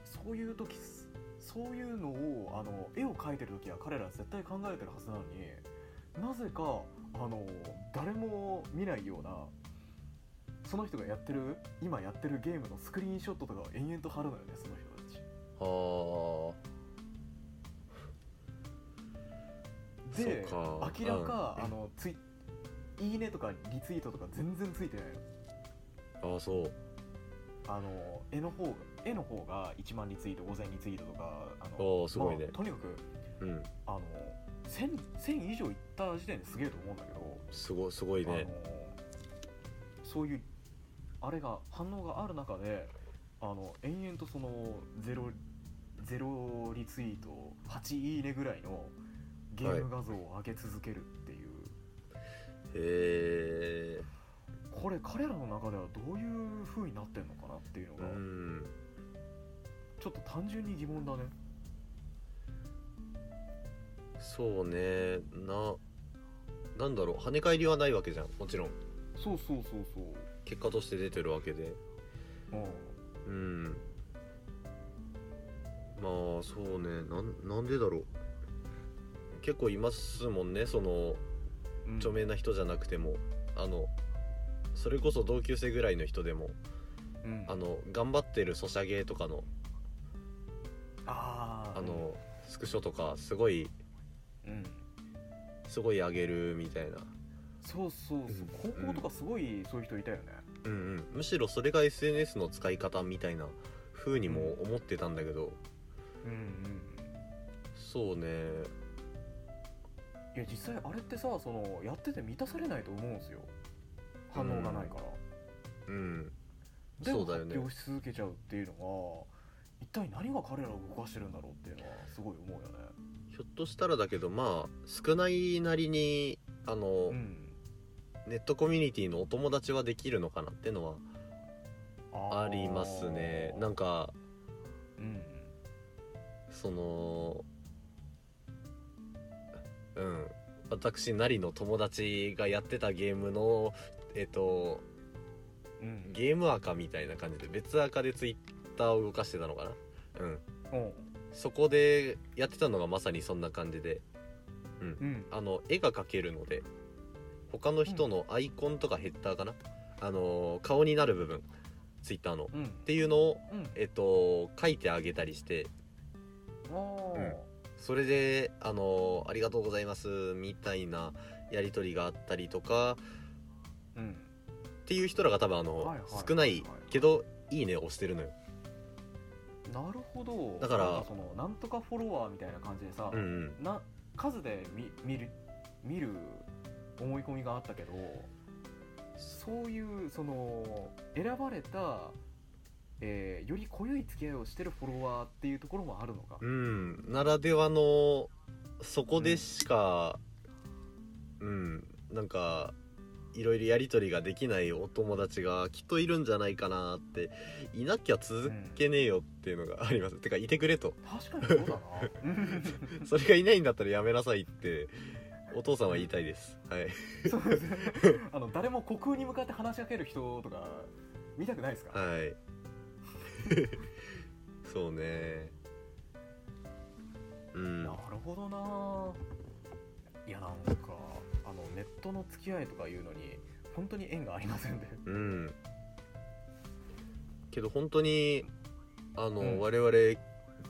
Speaker 2: そういう時すそういうのをあの絵を描いてる時は彼らは絶対考えてるはずなのになぜかあの誰も見ないようなその人がやってる今やってるゲームのスクリーンショットとかを延々と貼るのよねその人たち。
Speaker 1: ああそ
Speaker 2: で
Speaker 1: うか
Speaker 2: 明らか、
Speaker 1: うん
Speaker 2: あのツイいいねとかリツイートとか全然ついてないの
Speaker 1: ああそう
Speaker 2: あの絵の方絵の方が1万リツイート5000リツイートとかあ
Speaker 1: おーすごいね
Speaker 2: まあとにかく
Speaker 1: うん
Speaker 2: あの 1000, 1000以上いった時点ですげえと思うんだけど、
Speaker 1: すごいすごいね
Speaker 2: あのそういうあれが反応がある中であの延々とそのゼロゼロリツイート8いいねぐらいのゲーム画像を上げ続けるっていう。
Speaker 1: へえ
Speaker 2: これ彼らの中ではどういう風になってんのかなっていうの
Speaker 1: う
Speaker 2: が、
Speaker 1: ん
Speaker 2: ちょっと単純に疑問だね
Speaker 1: そうねななんだろう跳ね返りはないわけじゃんもちろん
Speaker 2: そうそうそうそう
Speaker 1: 結果として出てるわけで
Speaker 2: うん
Speaker 1: うんまあそうねなんなんでだろう結構いますもんねその
Speaker 2: うん
Speaker 1: 著名な人じゃなくても、あのそれこそ同級生ぐらいの人でも
Speaker 2: うん
Speaker 1: あの頑張ってるソシャゲとかの
Speaker 2: あー
Speaker 1: あのスクショとかすごい
Speaker 2: うん、うん
Speaker 1: すごい上げるみたいな、
Speaker 2: そうそうそう
Speaker 1: うん
Speaker 2: 高校とかすごいそういう人いたよね、
Speaker 1: うんうん、むしろそれが SNS の使い方みたいな風にも思ってたんだけど
Speaker 2: うん、うん
Speaker 1: そうね
Speaker 2: いや実際あれってさそのやってて満たされないと思うんですよ反応がないから、
Speaker 1: うん
Speaker 2: で
Speaker 1: そ
Speaker 2: も
Speaker 1: うだよ
Speaker 2: 発
Speaker 1: ね
Speaker 2: 表し続けちゃうっていうのが一体何が彼らを動かしてるんだろうっていうのはすごい思うよね
Speaker 1: ひょっとしたらだけどまあ少ないなりにあの、
Speaker 2: うん
Speaker 1: ネットコミュニティのお友達はできるのかなってのは
Speaker 2: あ
Speaker 1: ありますねなん
Speaker 2: か、
Speaker 1: か
Speaker 2: うん、
Speaker 1: そのうん私なりの友達がやってたゲームのえっと
Speaker 2: うん、
Speaker 1: ゲームアカみたいな感じで別アカでツイッターを動かしてたのかなうん
Speaker 2: うん
Speaker 1: そこでやってたのがまさにそんな感じで
Speaker 2: うん
Speaker 1: あの絵が描けるので他の人のアイコンとかヘッダーかな、あの顔になる部分ツイッターのっ
Speaker 2: うん
Speaker 1: ていうのを
Speaker 2: うん
Speaker 1: えっと書いてあげたりして
Speaker 2: おー
Speaker 1: それであのありがとうございますみたいなやり取りがあったりとか
Speaker 2: うん
Speaker 1: っていう人らが多分あの、
Speaker 2: はいはいはい
Speaker 1: 少ないけどいいねを押してるのよ
Speaker 2: なるほど
Speaker 1: だから
Speaker 2: なんそのなんとかフォロワーみたいな感じでさ、
Speaker 1: うんうん
Speaker 2: な数で見見る見る思い込みがあったけどそういうその選ばれた、えーより濃い付き合いをしてるフォロワーっていうところもあるのか、
Speaker 1: うんならではのそこでしかうん、なんかいろいろやり取りができないお友達がきっといるんじゃないかなっていなきゃ続けねえよっていうのがあります、てかいてく <laughs> れと
Speaker 2: 確かにそうだな
Speaker 1: それがいないんだったらやめなさいってお父さんは言いたいですはい
Speaker 2: <laughs> そうですねあの誰も虚空に向かって話しかける人とか見たくないですか、
Speaker 1: はい <laughs> そうねうん
Speaker 2: なるほどないやなんかあのネットの付き合いとかいうのに本当に縁がありませんで、
Speaker 1: うんけど本当にあの、
Speaker 2: うん
Speaker 1: 我々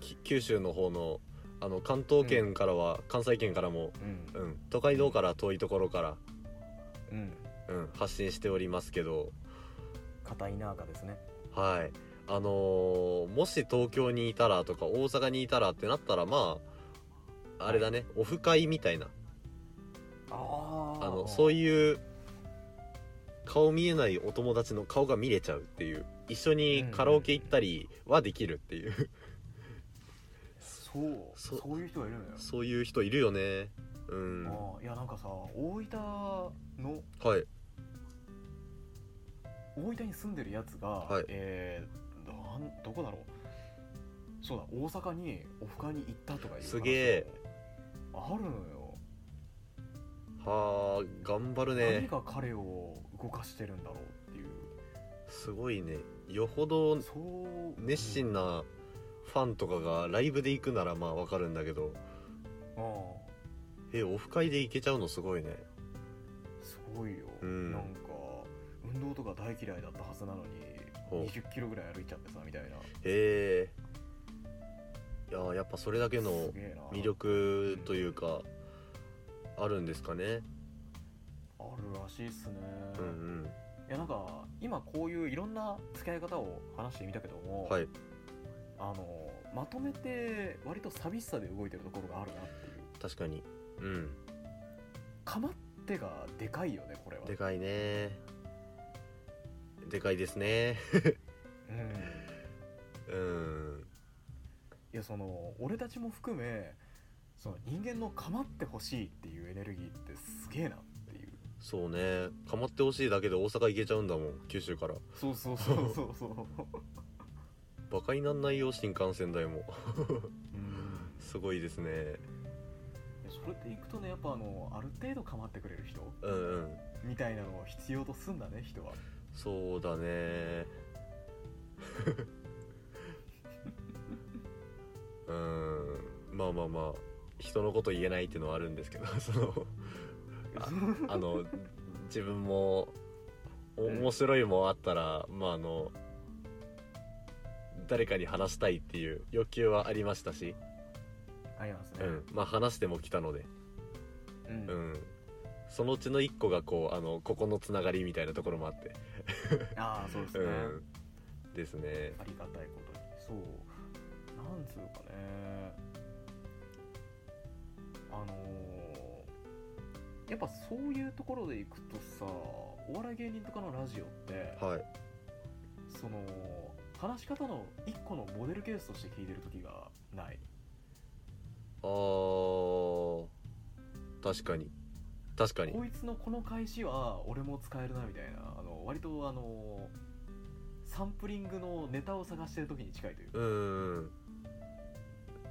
Speaker 1: き九州の方のあの関東圏からは、関西圏からも、
Speaker 2: うん
Speaker 1: うん、都会道から遠いところから、
Speaker 2: うん
Speaker 1: うん、発信しておりますけど
Speaker 2: 片田舎ですね
Speaker 1: はいあのーもし東京にいたらとか大阪にいたらってなったらまああれだねオフ会みたいな
Speaker 2: あ
Speaker 1: あのそう
Speaker 2: う
Speaker 1: いう顔見えないお友達の顔が見れちゃうっていう一緒にカラオケ行ったりはできるっていう、
Speaker 2: そう
Speaker 1: そ
Speaker 2: そういう人がいるのよ
Speaker 1: そういう人いるよねうん
Speaker 2: あーいやなんかさ大分の
Speaker 1: はい
Speaker 2: 大分に住んでるやつが、
Speaker 1: はい
Speaker 2: えーなんどこだろうそうだ大阪にオフ会に行ったとかいう話
Speaker 1: すげえ
Speaker 2: あるのよ、
Speaker 1: はあ頑張る
Speaker 2: 何
Speaker 1: ね
Speaker 2: が彼を動かしてるんだろうっていう
Speaker 1: すごいねよほど
Speaker 2: そう
Speaker 1: 熱心なファンとかがライブで行くならまあわかるんだけど
Speaker 2: うんああ
Speaker 1: えオフ会で行けちゃうのすごいね
Speaker 2: すごいよ、
Speaker 1: うん
Speaker 2: なんか運動とか大嫌いだったはずなの
Speaker 1: ほう
Speaker 2: に2 0キロぐらい歩いちゃってさみたいな
Speaker 1: へえいやーやっぱそれだけの
Speaker 2: すげえな
Speaker 1: 魅力というかあるんですかね
Speaker 2: あるらしいっすね、
Speaker 1: うんうん
Speaker 2: いやなんか今こういういろんな付き合い方を話してみたけども、
Speaker 1: はい
Speaker 2: あのまとめて割と寂しさで動いてるところがあるなっていう
Speaker 1: 確かにうん
Speaker 2: かまってがでかいよねこれは
Speaker 1: でかいねでかいですね
Speaker 2: うん
Speaker 1: うん
Speaker 2: いやその俺たちも含めその人間のかまってほしいっていうエネルギーってすげえなっていう
Speaker 1: そうねかまってほしいだけで大阪行けちゃうんだもん九州から
Speaker 2: そうそうそうそうそう
Speaker 1: バカになんないよ新幹線代も
Speaker 2: <laughs>
Speaker 1: <laughs>
Speaker 2: うん
Speaker 1: すごいですね
Speaker 2: いやそれでいくとねやっぱあのある程度かまってくれる人
Speaker 1: うんうん
Speaker 2: みたいなのを必要とすんだね人は
Speaker 1: そうだね <laughs> うーんまあまあまあ人のこと言えないっていうのはあるんですけど <laughs> そのあの自分もお
Speaker 2: うん
Speaker 1: 面白いもあったら、まああの誰かに話したいっていう欲求はありましたし、
Speaker 2: ありますね
Speaker 1: うん、まあ話しても来たので、
Speaker 2: うん
Speaker 1: うん、そのうちの1個がこうあのここのつながりみたいなところもあって、
Speaker 2: ああそうです
Speaker 1: う
Speaker 2: ね、
Speaker 1: ん、ですね
Speaker 2: ありがたいことにそうなんつうかねあのーやっぱそういうところでいくとさお笑い芸人とかのラジオって
Speaker 1: はい
Speaker 2: その話し方の一個のモデルケースとして聞いてる時がない
Speaker 1: あー確かに確かに
Speaker 2: こいつのこの返しは俺も使えるなみたいなあの割とあのサンプリングのネタを探してる時に近いというか
Speaker 1: うーん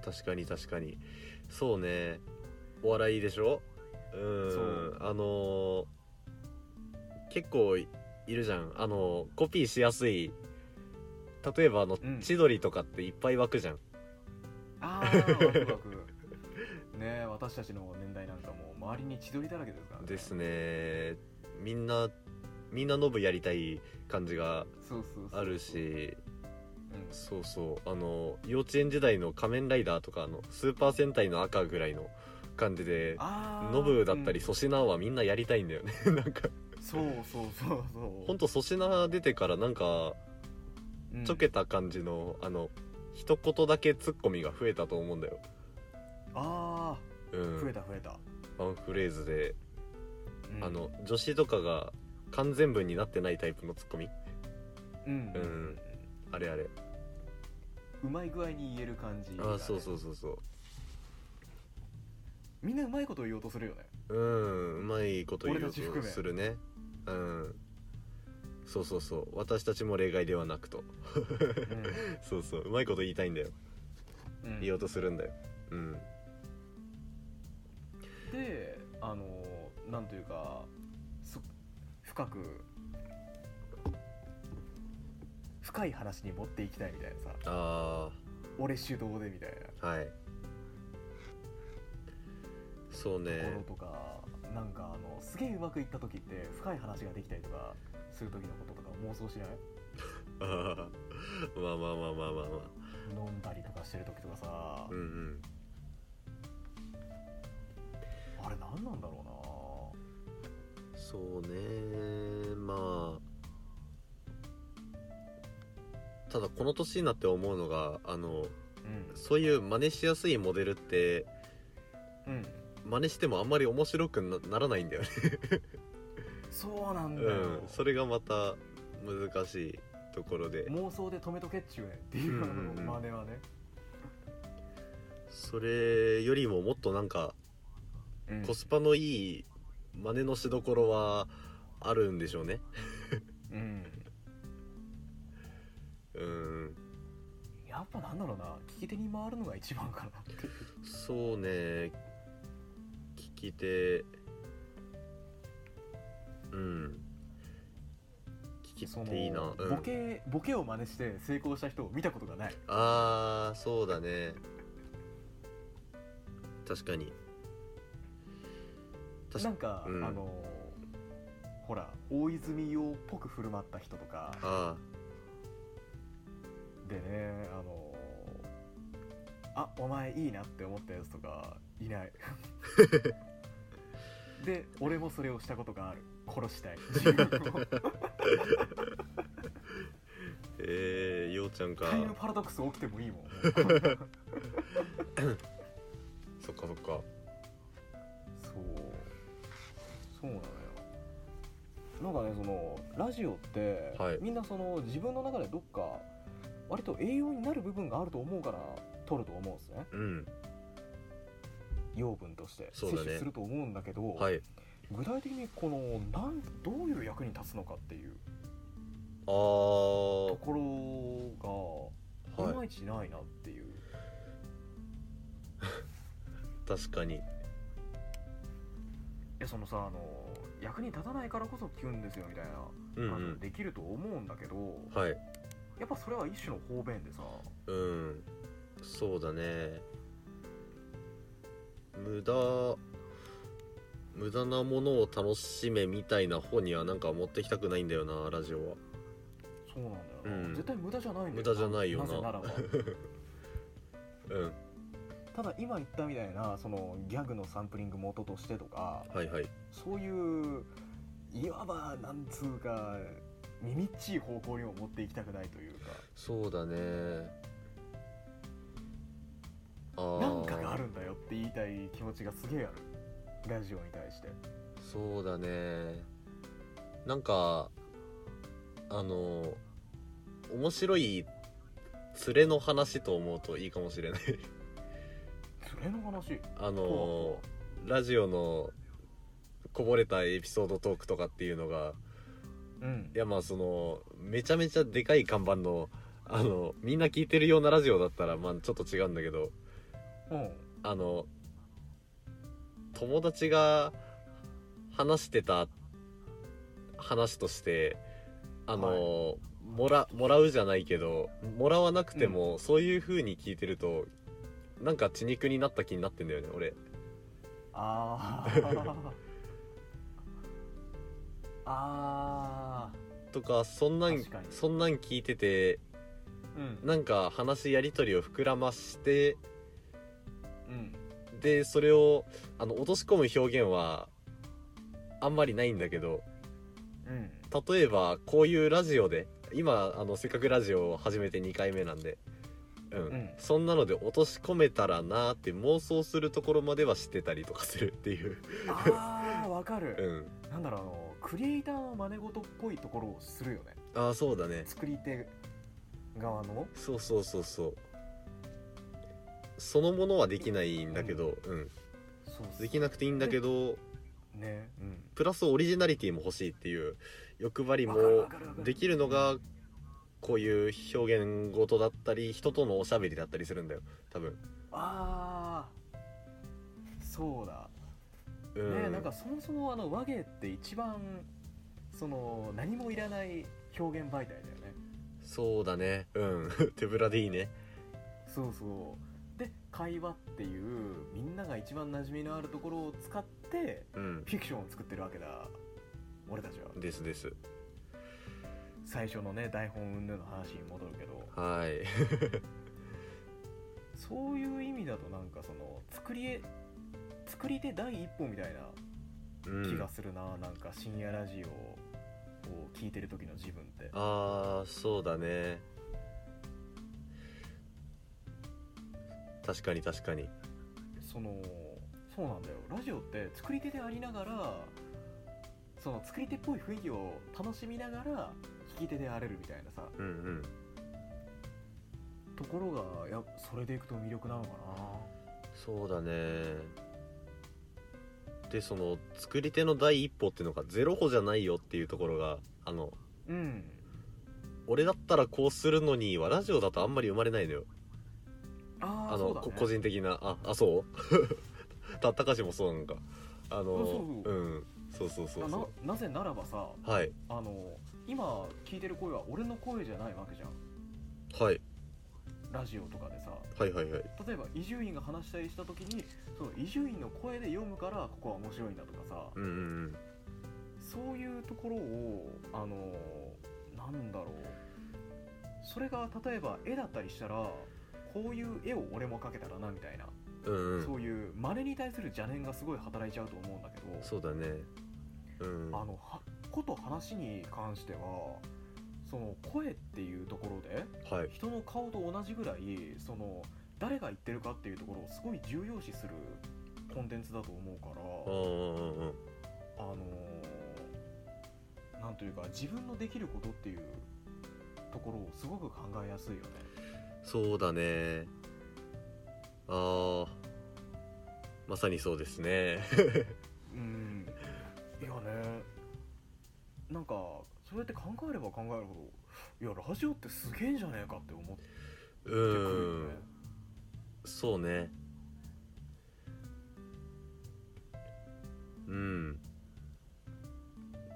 Speaker 1: 確かに確かにそうねお笑いでしょうーん
Speaker 2: そう
Speaker 1: あのー結構いるじゃんあのーコピーしやすい例えばあの、
Speaker 2: うん
Speaker 1: 千鳥とかっていっぱい湧くじゃん
Speaker 2: あーワクワクねえ私たちの年代なんかもう周りに千鳥だらけですからね
Speaker 1: ですねみんなみんなノブやりたい感じが
Speaker 2: そうそうそう
Speaker 1: ある、し
Speaker 2: うん
Speaker 1: そうそうあの幼稚園時代の「仮面ライダー」とかあのスーパー戦隊の赤ぐらいの感じで
Speaker 2: あー
Speaker 1: ノブだったり
Speaker 2: うん
Speaker 1: 粗品はみんなやりたいんだよね <laughs> なんか
Speaker 2: そうそうそうそう
Speaker 1: ほんと粗品出てからなんか
Speaker 2: うん
Speaker 1: ちょけた感じのあの一言だけツッコミが増えたと思うんだよ
Speaker 2: あ
Speaker 1: う
Speaker 2: あ増え
Speaker 1: ん
Speaker 2: た増えた、
Speaker 1: ワンフレーズで
Speaker 2: うん
Speaker 1: あの女子とかが完全文になってないタイプのツッコミ
Speaker 2: うん、
Speaker 1: う
Speaker 2: う
Speaker 1: んんあれあれ
Speaker 2: うまい具合に言える感じ、
Speaker 1: ああそう
Speaker 2: う
Speaker 1: そうそうそ
Speaker 2: みんなうまいことを言おうとするよ
Speaker 1: <laughs>
Speaker 2: ね
Speaker 1: ううんうまいこと言
Speaker 2: 俺
Speaker 1: う
Speaker 2: たち含
Speaker 1: と
Speaker 2: め
Speaker 1: するねうんそうそうそう私たちも例外ではな
Speaker 2: <laughs>
Speaker 1: くとそうそううまいこと言いたいんだよ
Speaker 2: うん、うん
Speaker 1: 言おうとするんだようん
Speaker 2: であのなんというかそ深く深い話に持っていきたいみたいなさ
Speaker 1: あ
Speaker 2: 俺主導でみたいな
Speaker 1: あはいそうね
Speaker 2: ところとか、なんかあのすげえうまくいった時って深い話ができたりとかする時のこととか妄想しない
Speaker 1: あ <laughs> ーまあまあまあまあまあまあ
Speaker 2: 飲んだりとかしてる時とかさ、
Speaker 1: うんうん
Speaker 2: 何なんだろ
Speaker 1: そうねまあただこの年になって思うのがあの
Speaker 2: うなうん
Speaker 1: そういう真似しやすいモデルって
Speaker 2: うん、
Speaker 1: 真似してもあんまり面白くなならないんだよね、
Speaker 2: そうなん
Speaker 1: う
Speaker 2: だよ、
Speaker 1: ん、それがまた難しいところで
Speaker 2: 妄想で止めとけっちゅうねんっていう
Speaker 1: うんうんうん
Speaker 2: 真似はね、
Speaker 1: それよりももっとなんか
Speaker 2: うん
Speaker 1: コスパのいい真似のしどころはあるんでしょうね
Speaker 2: うん、
Speaker 1: うん
Speaker 2: やっぱなんだろうな聞き手に回るのが一番かなっていう
Speaker 1: そうね聞き手うん聞
Speaker 2: そ
Speaker 1: き
Speaker 2: の
Speaker 1: 手いいな、うん
Speaker 2: ボケボケを真似して成功した人を見たことがない
Speaker 1: ああそうだね確かに確
Speaker 2: なんか、
Speaker 1: うん
Speaker 2: あのほら大泉洋っぽく振る舞った人とか
Speaker 1: あ
Speaker 2: でねあのあお前いいなって思ったやつとかいない
Speaker 1: <laughs>
Speaker 2: で俺もそれをしたことがある殺し
Speaker 1: <laughs>
Speaker 2: たい自分を
Speaker 1: ーえー、ようちゃんか
Speaker 2: タイムパラドックス起きてもいいもん
Speaker 1: そっかそっか
Speaker 2: そうそうなのよなんかねそのラジオって、
Speaker 1: はい
Speaker 2: みんなその自分の中でどっか割と栄養になる部分があると思うから取ると思うんですね
Speaker 1: うん
Speaker 2: 養分として
Speaker 1: そう
Speaker 2: 摂
Speaker 1: だね
Speaker 2: 取すると思うんだけど
Speaker 1: はい
Speaker 2: 具体的にこのなんどういう役に立つのかっていう
Speaker 1: あ
Speaker 2: と
Speaker 1: ー
Speaker 2: ころがい
Speaker 1: は
Speaker 2: ま
Speaker 1: い
Speaker 2: いちないなっていう、
Speaker 1: 確かに
Speaker 2: えそのさあの役に立たないからこそ聞くんですよみたい
Speaker 1: うん
Speaker 2: な
Speaker 1: う
Speaker 2: 話も
Speaker 1: ん
Speaker 2: できると思うんだけど、
Speaker 1: はい
Speaker 2: やっぱそれは一種の方便でさ
Speaker 1: うんそうだね無駄無駄なものを楽しめみたいな方にはなんか持ってきたくないんだよなラジオは
Speaker 2: そうなんだよな、
Speaker 1: うん
Speaker 2: 絶対無駄じゃないんだよ
Speaker 1: 無駄じゃないよな
Speaker 2: なぜならば
Speaker 1: うん
Speaker 2: ただ今言ったみたいなそのギャグのサンプリング元としてとか
Speaker 1: はいはい
Speaker 2: そういういわばなんつうか耳っちい方向にも持っていきたくないというか
Speaker 1: そうだねあー
Speaker 2: なんかがあるんだよって言いたい気持ちがすげえあるラジオに対して
Speaker 1: そうだねなんかあの面白い連れの話と思うといいかもしれない <laughs>
Speaker 2: それの話
Speaker 1: あ
Speaker 2: ほ
Speaker 1: のラジオのこぼれたエピソードトークとかっていうのが
Speaker 2: うん
Speaker 1: いやまあそのめちゃめちゃでかい看板のあのみんな聞いてるようなラジオだったらまあちょっと違うんだけど
Speaker 2: うん
Speaker 1: あの友達が話してた話としてあの、もらもらうじゃないけどもらわなくても、そういう風に聞いてるとなんか血肉になった気になってんだよね俺
Speaker 2: あー <laughs> あ
Speaker 1: とかそんなん
Speaker 2: 確かに
Speaker 1: そんなん聞いてて
Speaker 2: ーうん
Speaker 1: なんか話やり取りを膨らまして
Speaker 2: うん
Speaker 1: でそれをあの落とし込む表現はあんまりないんだけど <laughs>
Speaker 2: うん
Speaker 1: 例えばこういうラジオで今あのせっかくラジオを始めて2回目なんで、うん
Speaker 2: うん
Speaker 1: そんなので落とし込めたらなーって妄想するところまではしてたりとかするっていう、 <laughs>
Speaker 2: あーわか
Speaker 1: う
Speaker 2: る、
Speaker 1: ん、
Speaker 2: なんだろうあのクリエイターの真似事っぽいところをするよね
Speaker 1: ああそうだね
Speaker 2: 作り手側の
Speaker 1: そうそうそうそうそのものはできないんだけど、うん、
Speaker 2: そうっす
Speaker 1: できなくていいんだけど
Speaker 2: ねうん
Speaker 1: プラスオリジナリティも欲しいっていう欲張り
Speaker 2: わかるわ
Speaker 1: も
Speaker 2: かるわかる
Speaker 1: できるのがこういう表現事だったり人とのおしゃべりだったりするんだよ多分。
Speaker 2: ああそうだ
Speaker 1: う
Speaker 2: ねえなんかそもそもあの和芸って一番その何もいらない表現媒体だよね
Speaker 1: そうだねうん <laughs> 手ぶらでいいね
Speaker 2: そうそうで会話っていうみんなが一番馴染みのあるところを使って
Speaker 1: うん
Speaker 2: フィクションを作ってるわけだ俺たちは
Speaker 1: ですです
Speaker 2: 最初のね台本云々の話に戻るけど
Speaker 1: はい
Speaker 2: そういう意味だとなんかその作りえ作り手第一歩みたいな
Speaker 1: うん
Speaker 2: 気がするな、なんか深夜ラジオを聞いてる時の自分って
Speaker 1: ああそうだね確かに確かに
Speaker 2: そのそうなんだよラジオって作り手でありながらその作り手っぽい雰囲気を楽しみながら聞き手であれるみたいなさ
Speaker 1: うんうん
Speaker 2: ところがやそれでいくと魅力なのか
Speaker 1: そうだねでその作り手の第一歩っていうのがゼロ歩じゃないよっていうところがあの
Speaker 2: なうん
Speaker 1: 俺だったらこうするのにはラジオだとあんまり生まれないのよ
Speaker 2: あ
Speaker 1: あ
Speaker 2: あ
Speaker 1: の
Speaker 2: そうだ、
Speaker 1: こ
Speaker 2: ね、
Speaker 1: 個人的なああそうた高しもそうなん <laughs> かあの
Speaker 2: そうそう
Speaker 1: うんそうそうそうそう
Speaker 2: ななぜならばさ
Speaker 1: はい
Speaker 2: あの今聞いてる声は俺の声じゃないわけじゃん
Speaker 1: はい
Speaker 2: ラジオとかでさ
Speaker 1: はいはいはい
Speaker 2: 例えば伊集院が話したりした時にその伊集院の声で読むからここは面白いんだとかさ、
Speaker 1: うんうんうん
Speaker 2: そういうところをあのなんだろうそれが例えば絵だったりしたらこういう絵を俺も描けたらなみたいな、
Speaker 1: うんうん
Speaker 2: そういう真似に対する邪念がすごい働いちゃうと思うんだけど
Speaker 1: そうだねうん
Speaker 2: あのはこと話に関してはその声っていうところで
Speaker 1: はい
Speaker 2: 人の顔と同じぐらいその誰が言ってるかっていうところをすごい重要視するコンテンツだと思うから。
Speaker 1: うんうんうんうん
Speaker 2: あのーなんというか自分のできることっていうところをすごく考えやすいよね
Speaker 1: そうだねああまさにそうですね
Speaker 2: うんいやねなんかそうやって考えれば考えるほどいやラジオってすげえんじゃねえかって思って
Speaker 1: う
Speaker 2: くるよね
Speaker 1: んそうねうん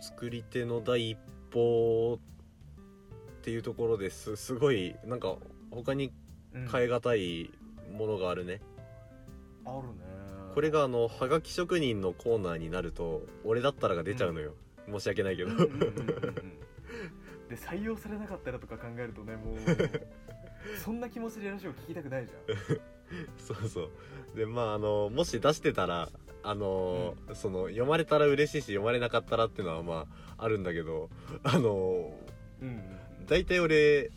Speaker 1: 作り手の第一歩っていうところですすごいなんか他に
Speaker 2: うん
Speaker 1: 変え難いものがあるね、
Speaker 2: あるね
Speaker 1: これがあのはがき職人のコーナーになると俺だったらが出ちゃうのよ、申し訳ないけ
Speaker 2: う
Speaker 1: ど
Speaker 2: んうんうんうんうんで採用されなかったらとか考えるとねもう <laughs> そんな気持ちでラジオ聞きたくないじゃん
Speaker 1: <laughs> そうそうでまああのもし出してたらあの、その読まれたら嬉しいし読まれなかったらっていうのはまああるんだけどあの
Speaker 2: うんうん
Speaker 1: 大体俺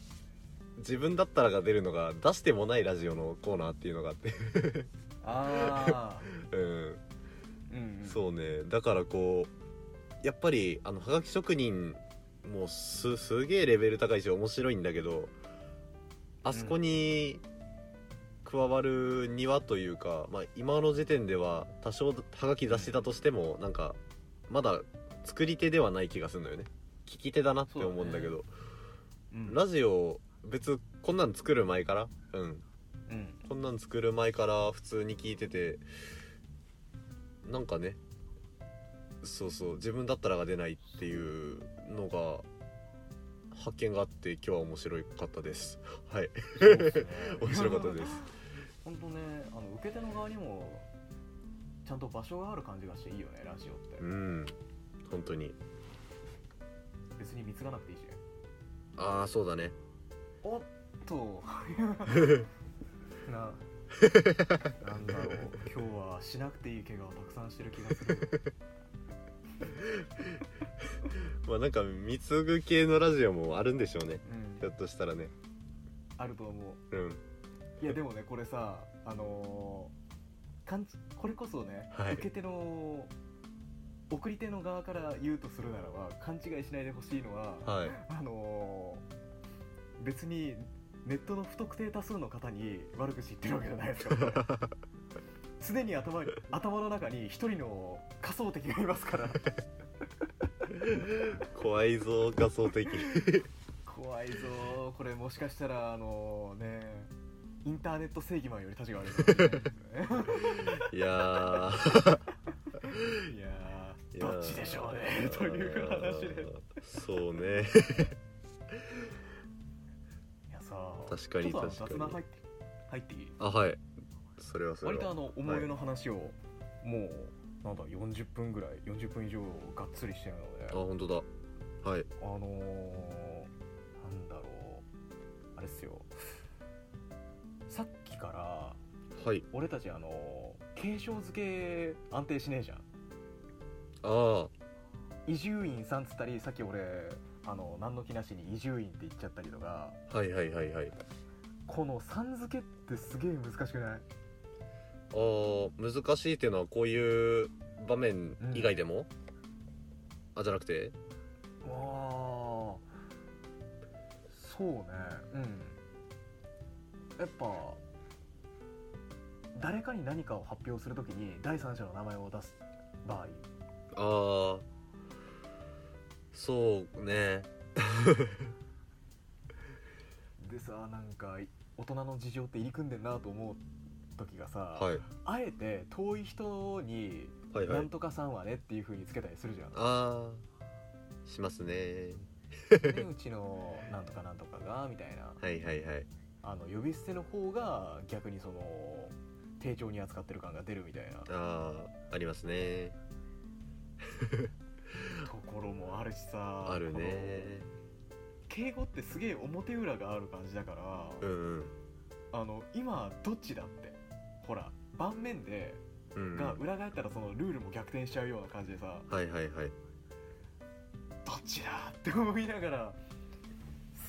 Speaker 1: 自分だったらが出るのが出してもないラジオのコーナーっていうのがあ
Speaker 2: <laughs>
Speaker 1: って、
Speaker 2: ああ
Speaker 1: うん、
Speaker 2: うんうん
Speaker 1: そうねだからこうやっぱりあのはがき職人もすすげえレベル高いし面白いんだけどあそこに加わる庭というか、まあ、今の時点では多少はがき出してたとしてもなんかまだ作り手ではない気がするのよね聞き手だなって思うんだけど
Speaker 2: うん
Speaker 1: ラジオ別こんなん作る前からうん
Speaker 2: うん
Speaker 1: こんなん作る前から普通に聞いててなんかねそうそう自分だったらが出ないっていうのが発見があって今日は面白かったですはい
Speaker 2: そうですね
Speaker 1: <laughs> 面白かったです
Speaker 2: 本当ねあの受け手の側にもちゃんと場所がある感じがしていいよねラジオって、
Speaker 1: うん本当に
Speaker 2: 別に貢がなくていいし
Speaker 1: ああそうだね
Speaker 2: おっと <laughs> ななんだろう今日はしなくていい怪我をたくさんしてる気がする
Speaker 1: まあなんか貢ぐ系のラジオもあるんでしょうね
Speaker 2: う
Speaker 1: ひょ
Speaker 2: ん
Speaker 1: っとしたらね
Speaker 2: あると思
Speaker 1: うん
Speaker 2: ういやでもねこれさあのーかんこれこそね、
Speaker 1: はい
Speaker 2: 受け手の送り手の側から言うとするならば勘違いしないでほしいのは、
Speaker 1: はい
Speaker 2: あのー別にネットの不特定多数の方に悪口言ってるわけじゃないですから、こ <laughs> れ常に頭に頭の中に一人の仮想敵がいますから
Speaker 1: 怖いぞ仮想的
Speaker 2: 怖いぞーこれもしかしたらあのーねインターネット正義マンより立ちが悪い <laughs> かもし
Speaker 1: いやー
Speaker 2: れないいや
Speaker 1: い
Speaker 2: ー
Speaker 1: やー
Speaker 2: どっちでしょうね <laughs> という話でい
Speaker 1: そうね <laughs>
Speaker 2: やさ
Speaker 1: 確
Speaker 2: ー
Speaker 1: かに
Speaker 2: ち
Speaker 1: 確
Speaker 2: ょっとあの
Speaker 1: かに
Speaker 2: 雑談入って入っていい
Speaker 1: あはいそれはそれ
Speaker 2: 割
Speaker 1: は
Speaker 2: とあの思い出の話を、もうなんだ40分ぐらい40分以上がっつりしてるので
Speaker 1: あ本当だはい
Speaker 2: あのー、なんだろうあれっすよさっきから
Speaker 1: はい
Speaker 2: 俺たちあのー継承付け安定しねえじゃん
Speaker 1: ああ
Speaker 2: 伊集院さんっつったりさっき俺あの何の気なしに伊集院って言っちゃったりとか
Speaker 1: はいはいはいはいあ
Speaker 2: この「さん」付けってすげえ難しくない
Speaker 1: あ難しいっていうのはこういう場面以外でも、あじゃなくて
Speaker 2: あーそうねうんやっぱ誰かに何かを発表するときに第三者の名前を出す場
Speaker 1: あ
Speaker 2: 合
Speaker 1: あそうね
Speaker 2: でさなんか大人の事情って入り組んでんなと思う時がさ、
Speaker 1: はい
Speaker 2: あえて遠い人に
Speaker 1: はいは
Speaker 2: ないんとかさんはねっていう風につけたりするじゃん、
Speaker 1: ああしますね
Speaker 2: でうちのなんとかなんとかがみたいな
Speaker 1: はいはいはい
Speaker 2: あの呼び捨ての方が逆にその丁重に扱ってる感が出るみたいなと
Speaker 1: ああありますね
Speaker 2: ころもあるしさ
Speaker 1: あるね
Speaker 2: この敬語ってすげえ表裏がある感じだか
Speaker 1: う
Speaker 2: ら、
Speaker 1: んうん
Speaker 2: あの今どっちだってほら盤面で
Speaker 1: うん
Speaker 2: が裏返ったらそのルールも逆転しちゃうような感じでさ
Speaker 1: はいはいはい
Speaker 2: どっちだって思いながら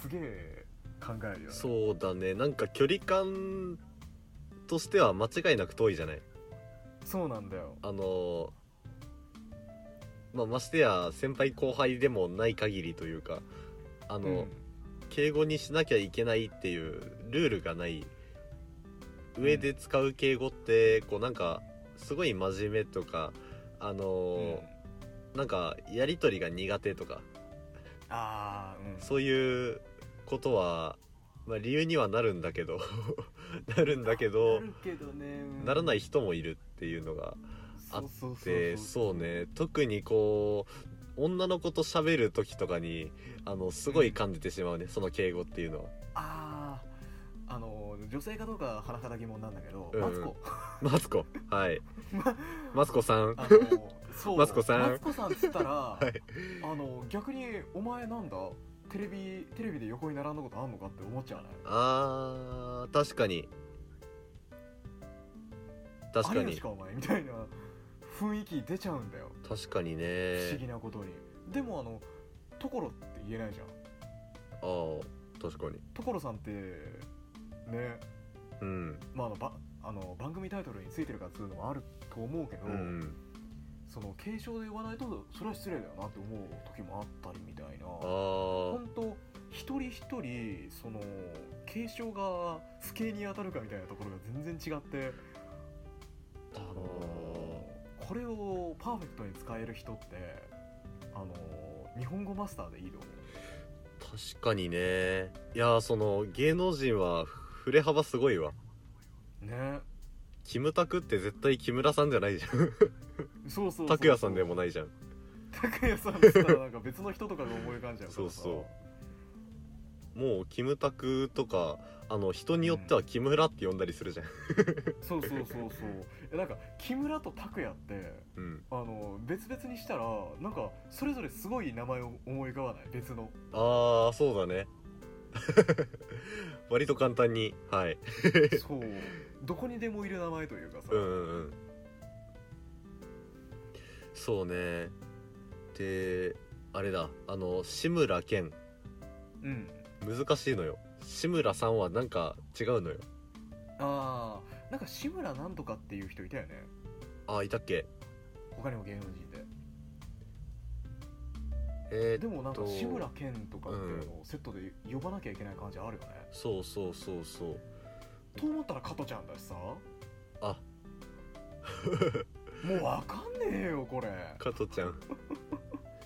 Speaker 2: すげえ考えるよね
Speaker 1: そうだねなんか距離感としては間違いなく遠いじゃない
Speaker 2: そうなんだよ
Speaker 1: あのまあましてや先輩後輩でもない限りというかあの、
Speaker 2: うん
Speaker 1: 敬語にしなきゃいけないっていうルールがない上で使う敬語ってこうなんかすごい真面目とかあのなんかやり取りが苦手とか
Speaker 2: ああうん
Speaker 1: そういうことは、まあ、理由にはなるんだけど <laughs> なるんだけど
Speaker 2: なるけどね、
Speaker 1: ならないい人もいるっていうのがあって
Speaker 2: そうそう
Speaker 1: でそうね特にこう女の子と喋る時とかにあのすごい感じてしまうねその敬語っていうのは。
Speaker 2: あああの女性かどうかは裸だ疑問なんだけど、
Speaker 1: うん
Speaker 2: マツコ
Speaker 1: マツコ
Speaker 2: <laughs>
Speaker 1: はいマツコさん
Speaker 2: あのそう
Speaker 1: マツコさん
Speaker 2: マツコさんっつったら、
Speaker 1: い
Speaker 2: あの逆にお前なんだテレビテレビで横に並んだことあんのかって思っちゃわない
Speaker 1: あー確かに確か
Speaker 2: あれ
Speaker 1: に
Speaker 2: しかお前みたいな雰囲気出ちゃうんだよ
Speaker 1: 確かに
Speaker 2: 不思議
Speaker 1: ね
Speaker 2: なことにでもあの「所」って言えないじゃ
Speaker 1: あ
Speaker 2: ん
Speaker 1: あ確かに
Speaker 2: 所さんってね
Speaker 1: うん
Speaker 2: まああのばあの番組タイトルについてるかっつうのもあると思うけど、
Speaker 1: うん
Speaker 2: その継承で言わないとそれは失礼だよなって思う時もあったりみたいな
Speaker 1: あー
Speaker 2: 本当一人一人その継承が不敬に当たるかみたいなところが全然違ってあのこれをパーフェクトに使える人ってあの日本語マスターでいいと思う
Speaker 1: 確かにねいやーその芸能人は振れ幅すごいわ
Speaker 2: ね
Speaker 1: キムタクって絶対木村さんじゃないじゃん
Speaker 2: そうそうそう
Speaker 1: 拓哉さんでもないじゃん
Speaker 2: 拓哉さんっつったらなんか別の人とかが思い浮かんじゃうからさ
Speaker 1: そうそうもうキムタクとかあの人によっては木村って呼んだりするじゃん
Speaker 2: そうそうそうそうえなんか木村と拓哉って
Speaker 1: うん
Speaker 2: あの別々にしたらなんかそれぞれすごい名前を思い浮かばない別
Speaker 1: <laughs>
Speaker 2: の
Speaker 1: ああそうだね <laughs> 割と簡単にはい
Speaker 2: そうどこにでもいる名前というかさ、
Speaker 1: うんうんうんそうねであれだあの志村けん
Speaker 2: うん
Speaker 1: 難しいのよ志村さんはなんか違うのよ
Speaker 2: ああなんか志村なんとかっていう人いたよね
Speaker 1: あいたっけ
Speaker 2: 他にも芸能人で
Speaker 1: え
Speaker 2: で
Speaker 1: ー、
Speaker 2: もなんか
Speaker 1: えっと
Speaker 2: 志村けんとかっていうのをセットで呼ばなきゃいけない感じあるよね、
Speaker 1: そうそうそうそう
Speaker 2: と思ったら加トちゃんだしさも <laughs>
Speaker 1: あ
Speaker 2: うわかんねえよこれ
Speaker 1: 加トちゃん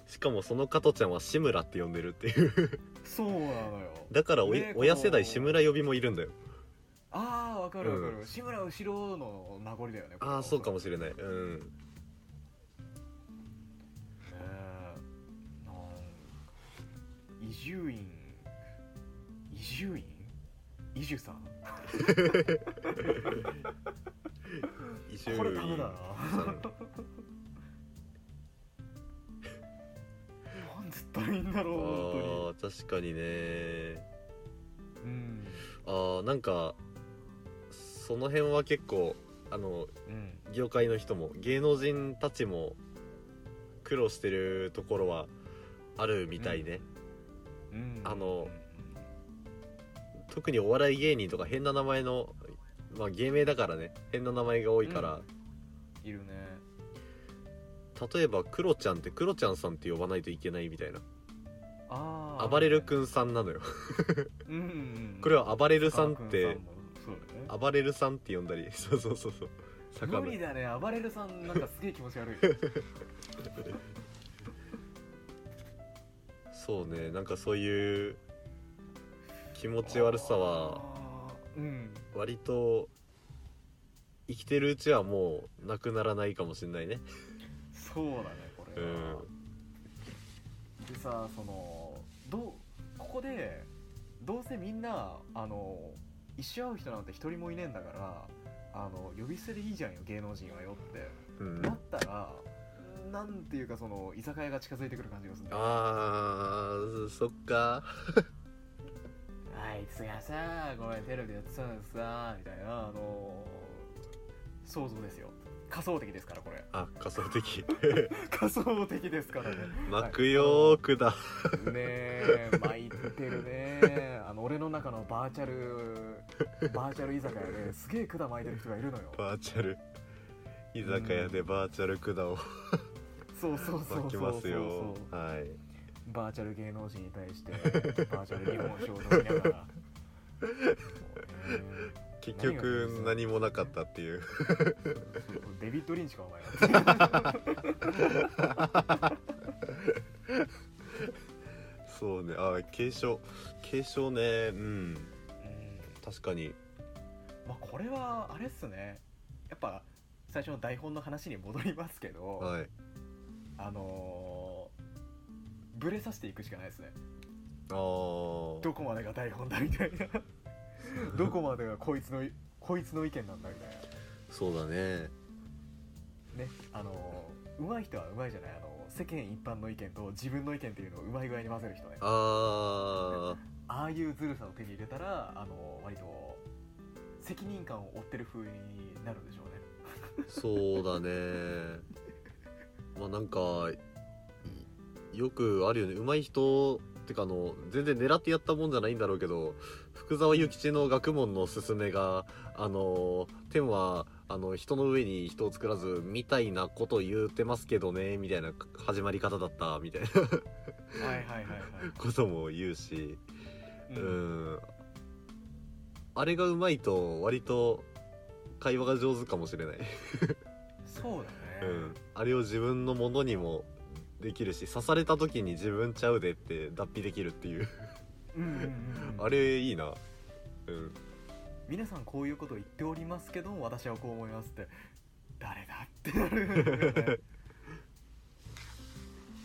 Speaker 1: しかもその加トちゃんは志村って呼んでるっていう
Speaker 2: そうなのよ
Speaker 1: だからおい、
Speaker 2: ねえ
Speaker 1: 親世代
Speaker 2: この
Speaker 1: 志村呼びもいるんだよ
Speaker 2: ああわかるわかる、
Speaker 1: うん
Speaker 2: 志村後ろの名残だよね
Speaker 1: ああそうかも
Speaker 2: し
Speaker 1: しれないうん
Speaker 2: れないねえなん伊集院伊集院伊集さん
Speaker 1: 伊集
Speaker 2: これダメだな
Speaker 1: <laughs> さん
Speaker 2: なんつったらいいんだろ
Speaker 1: あ
Speaker 2: う本
Speaker 1: ー確かにね
Speaker 2: 当にうん
Speaker 1: あーなんかその辺は結構あ
Speaker 3: う
Speaker 1: の
Speaker 3: ん
Speaker 1: 業界の人も芸能人たちも苦労してるところはあるみたいね、
Speaker 3: うん
Speaker 1: あの特にお笑い芸人とか変な名前のまあ芸名だからね変な名前が多いから、
Speaker 3: いるね
Speaker 1: 例えばクロちゃんってクロちゃんさんって呼ばないといけないみたいな
Speaker 3: あー
Speaker 1: 暴れる君さんなのよ
Speaker 3: うんうんうん
Speaker 1: これは暴れるさんっ
Speaker 3: 川
Speaker 1: て
Speaker 3: 君さんもそうだね
Speaker 1: 暴れるさんって呼んだりそうそうそうそう魚
Speaker 2: 無理だね暴れるさんなんかすげえ気
Speaker 1: <laughs>
Speaker 2: 持ち悪い
Speaker 1: そうねなんかそういう気持ち悪さは
Speaker 2: あーうん
Speaker 1: 割と生きてるうちはもうなくならないかもしれないね
Speaker 2: そうだねこ
Speaker 1: う
Speaker 2: れは、
Speaker 1: ん
Speaker 2: でさそのどうここでどうせみんなあの一緒会う人なんて一人もいねえんだからあの呼び捨てでいいじゃんよ芸能人はよっ
Speaker 1: うん
Speaker 2: てなったらなんていうかその居酒屋が近づいてくる感じがするんだよ
Speaker 1: あーそっか
Speaker 2: あいつがさこの前テレビでやってたのさみたいなあの想像ですよ仮想的ですからこれ
Speaker 1: あ仮想的
Speaker 2: <laughs>
Speaker 1: <laughs>
Speaker 2: 仮想的ですからね
Speaker 1: 泣くよーくだ
Speaker 2: ねえ巻いてるねあの俺の中のバーチャルバーチャル居酒屋ですげえ管巻いてる人がいるのよ
Speaker 1: バーチャル居酒屋でバーチャルくだを
Speaker 2: そうそうそうそ
Speaker 1: 巻
Speaker 2: う
Speaker 1: き
Speaker 2: そう
Speaker 1: ま
Speaker 2: そ
Speaker 1: す
Speaker 2: う
Speaker 1: よはい
Speaker 2: バーチャル芸能人に対してバーチャル日本酒を飲みながら
Speaker 1: 結局何もなかったっていう
Speaker 2: そうねそうそうデビッド・リンチかお前は
Speaker 1: そうねあ継承継承ねうん
Speaker 2: うん
Speaker 1: 確かに
Speaker 2: まあこれはあれっすねやっぱ最初の台本の話に戻りますけど、
Speaker 1: はい
Speaker 2: あのー、ブレさせていくしかないですね
Speaker 1: あー
Speaker 2: どこまでが台本だみたいな
Speaker 1: <laughs>
Speaker 2: どこまでがこいつのいこいつの意見なんだみたい
Speaker 1: そうだね
Speaker 2: なねあのー、上手い人は上手いじゃないあのー世間一般の意見と自分の意見っていうのを上手い具合に混ぜる人ね
Speaker 1: あ
Speaker 2: ああいうずるさを手に入れたらあのー、割と責任感を負ってる風になるんでしょうね
Speaker 1: ーそうだねまあなんかいよくあるよね上手い人ってかあの全然狙ってやったもんじゃないんだろうけど福沢諭吉の学問の勧めがあの天はあの人の上に人を作らずみたいなことを言ってますけどねみたいな始まり方だったみたいな
Speaker 2: はいはいはいはい、
Speaker 1: ことも言うし <laughs> う
Speaker 2: うん
Speaker 1: んあれがうまいと割と会話が上手かもしれない、
Speaker 2: そう
Speaker 1: う
Speaker 2: だね、
Speaker 1: ん、あれを自分のものにもできるし刺された時に自分ちゃうでって脱皮できるっていう
Speaker 2: うんうんうんうん
Speaker 1: あれいいなうん
Speaker 2: 皆さんこういうことを言っておりますけど私はこう思いますって誰だって
Speaker 1: <laughs>
Speaker 2: なる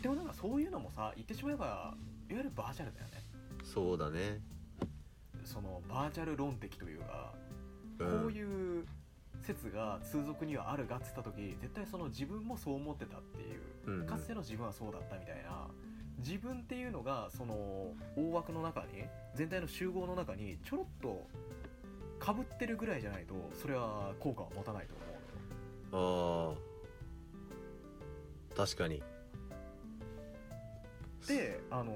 Speaker 2: でもなんかそういうのもさ言ってしまえばいわゆるバーチャルだよね
Speaker 1: そうだね
Speaker 2: そのバーチャル論的というか、
Speaker 1: うん
Speaker 2: こういう説が通俗にはあるがっつった時絶対その自分もそう思ってたっていう
Speaker 1: うんうん
Speaker 2: かつての自分はそうだったみたいな自分っていうのがその大枠の中に全体の集合の中にちょろっとかぶってるぐらいじゃないとそれは効果は持たないと思う
Speaker 1: ああ確かに
Speaker 2: であのー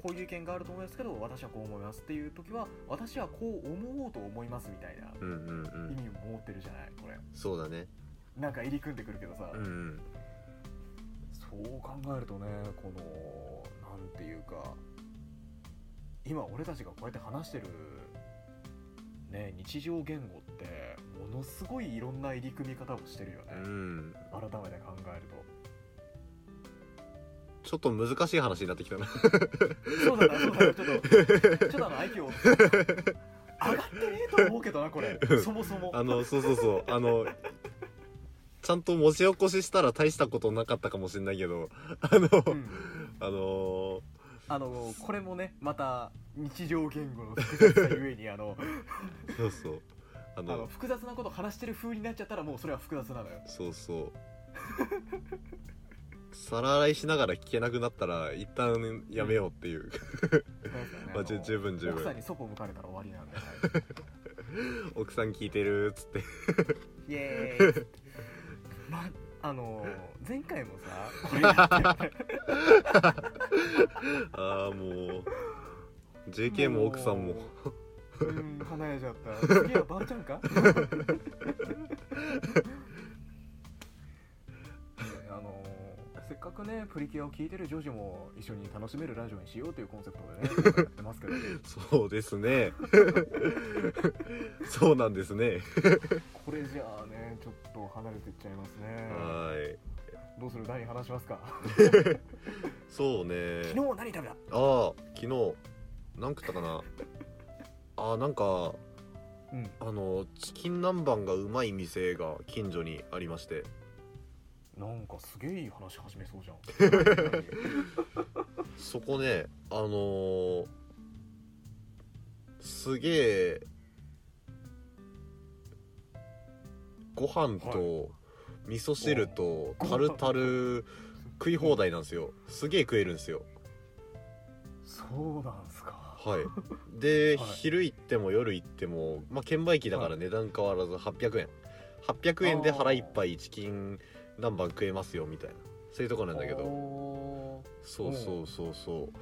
Speaker 2: こういう意見があると思いますけど私はこう思いますっていう時は私はこう思おうと思いますみたいな
Speaker 1: うんうんう
Speaker 2: 意
Speaker 1: ん
Speaker 2: 味を持ってるじゃないこれ
Speaker 1: そうだね
Speaker 2: なんか入り組んでくるけどさ、
Speaker 1: うんうん
Speaker 2: そう考えるとねこのなんていうか今俺たちがこうやって話してるね日常言語ってものすごいいろんな入り組み方をしてるよ
Speaker 1: う
Speaker 2: ね、
Speaker 1: ん
Speaker 2: 改めて考える
Speaker 1: ちょっと難しい話になって <laughs> きたな
Speaker 2: とそうだなそうだなちょっとちょっとあの IQ を上がってねえと思うけどなこれそもそも
Speaker 1: あのそうそうそうあのちゃんと文字起こししたら大したことなかったかもしれないけどあの、
Speaker 2: うん、
Speaker 1: あの
Speaker 2: あのこれもねまた日常言語の複雑さゆえにあの
Speaker 1: ーそうそうあの
Speaker 2: あの複雑なこと話してる風になっちゃったらもうそれは複雑なのよ
Speaker 1: そうそう皿洗いしながら聞けなくなったら一旦やめようっていう、まあじゅ十分十
Speaker 2: 奥さん
Speaker 1: 分 <laughs>
Speaker 2: にそこ向かれたら終わりなんで、 <laughs>
Speaker 1: 奥さん聞いてるっつって
Speaker 2: イエーイまあのー前回もさこれやったよね
Speaker 1: ああもう JK も奥さんも
Speaker 2: ううん華やいじゃった次はばあちゃ
Speaker 1: <laughs>
Speaker 2: んかねあのーせっかくねプリキュアを聴いてる女児も一緒に楽しめるラジオにしようというコンセプトでねやってますけ
Speaker 1: <laughs>
Speaker 2: ど
Speaker 1: そうです
Speaker 2: <laughs>
Speaker 1: ねそうなんですね
Speaker 2: これじゃあねちょっと離れていっちゃいますね
Speaker 1: はい
Speaker 2: どうする何話しますか
Speaker 1: そうね
Speaker 2: 昨日何食べた
Speaker 1: ああ昨日何食ったかなああなんか
Speaker 2: うん
Speaker 1: あのチキン南蛮がうまい店が近所にありまして
Speaker 2: なんかすげえいい話始めそうじゃん
Speaker 1: そこねあのーすげえご飯と味噌汁と
Speaker 2: おー
Speaker 1: タルタル食い放題なんですよすげえ食えるんですよ
Speaker 2: そうなんすか <laughs>
Speaker 1: はいで、
Speaker 2: はい
Speaker 1: 昼行っても夜行ってもまあ券売機だから値段変わらず800円800円で腹いっぱいチキン南蛮食えますよみたいなそういうとこなんだけど
Speaker 2: ど
Speaker 1: そうそうそうそう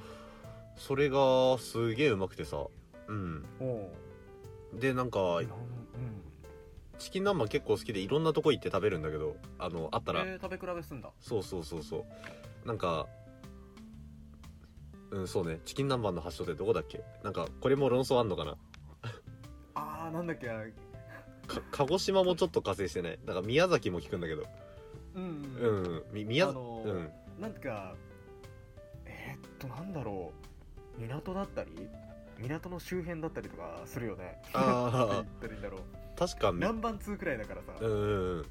Speaker 1: それがすげえうまくてさうん
Speaker 2: お
Speaker 1: でなんか
Speaker 2: ーなんうん
Speaker 1: チキン南蛮結構好きでいろんなとこ行って食べるんだけどあのあったら、
Speaker 2: えー食べ比べすんだ
Speaker 1: そうそうそうそうなんかうんそうねチキン南蛮の発祥ってどこだっけなんかこれも論争あんのかな
Speaker 2: あーなんだっけな
Speaker 1: か鹿児島もちょっと加勢してないなんか宮崎も聞くんだけど
Speaker 2: うん
Speaker 1: うん、うん、み宮
Speaker 2: あのー
Speaker 1: うん
Speaker 2: なんかえーっとなんだろう港だったり港の周辺だったりとかするよねなんて言
Speaker 1: あ
Speaker 2: ったらいいんだろう
Speaker 1: あ確かみ
Speaker 2: 南蛮通くらいだからさ、
Speaker 1: うんうんうん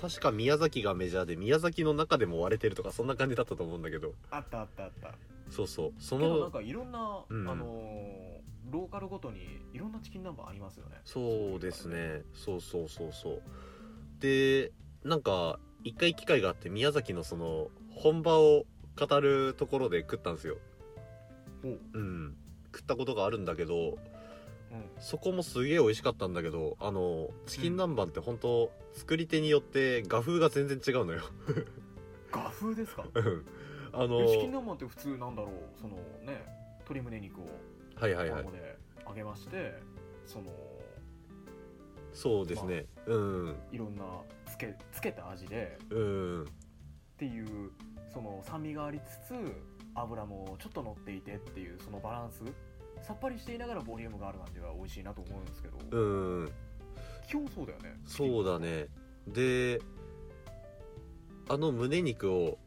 Speaker 1: 確か宮崎がメジャーで宮崎の中でも割れてるとかそんな感じだったと思うんだけど
Speaker 2: あったあったあった
Speaker 1: そうそうそ
Speaker 2: けどなん
Speaker 1: の
Speaker 2: かいろんな、
Speaker 1: うん
Speaker 2: あのーローカルごとにいろんなチキン南蛮ありますよね
Speaker 1: そうですねそうそうそうそうでなんか一回機会があって宮崎のその本場を語るところで食ったんですよ
Speaker 2: おう
Speaker 1: うん食ったことがあるんだけど
Speaker 2: うん
Speaker 1: そこもすげえ美味しかったんだけどあのチキン南蛮って本当作り手によって画風が全然違うのよ
Speaker 2: 画風ですか
Speaker 1: うんあの
Speaker 2: えチキン南蛮って普通なんだろうそのね鶏胸肉を
Speaker 1: はいはいはい
Speaker 2: 衣で揚げまして、その
Speaker 1: そうですね、うん
Speaker 2: いろんなつけつけた味で
Speaker 1: うん
Speaker 2: っていうその酸味がありつつ油もちょっと乗っていてっていうそのバランスさっぱりしていながらボリュームがある感じが美味しいなと思うんですけど、
Speaker 1: うん
Speaker 2: 基本そうだよね
Speaker 1: そうだねであの胸肉を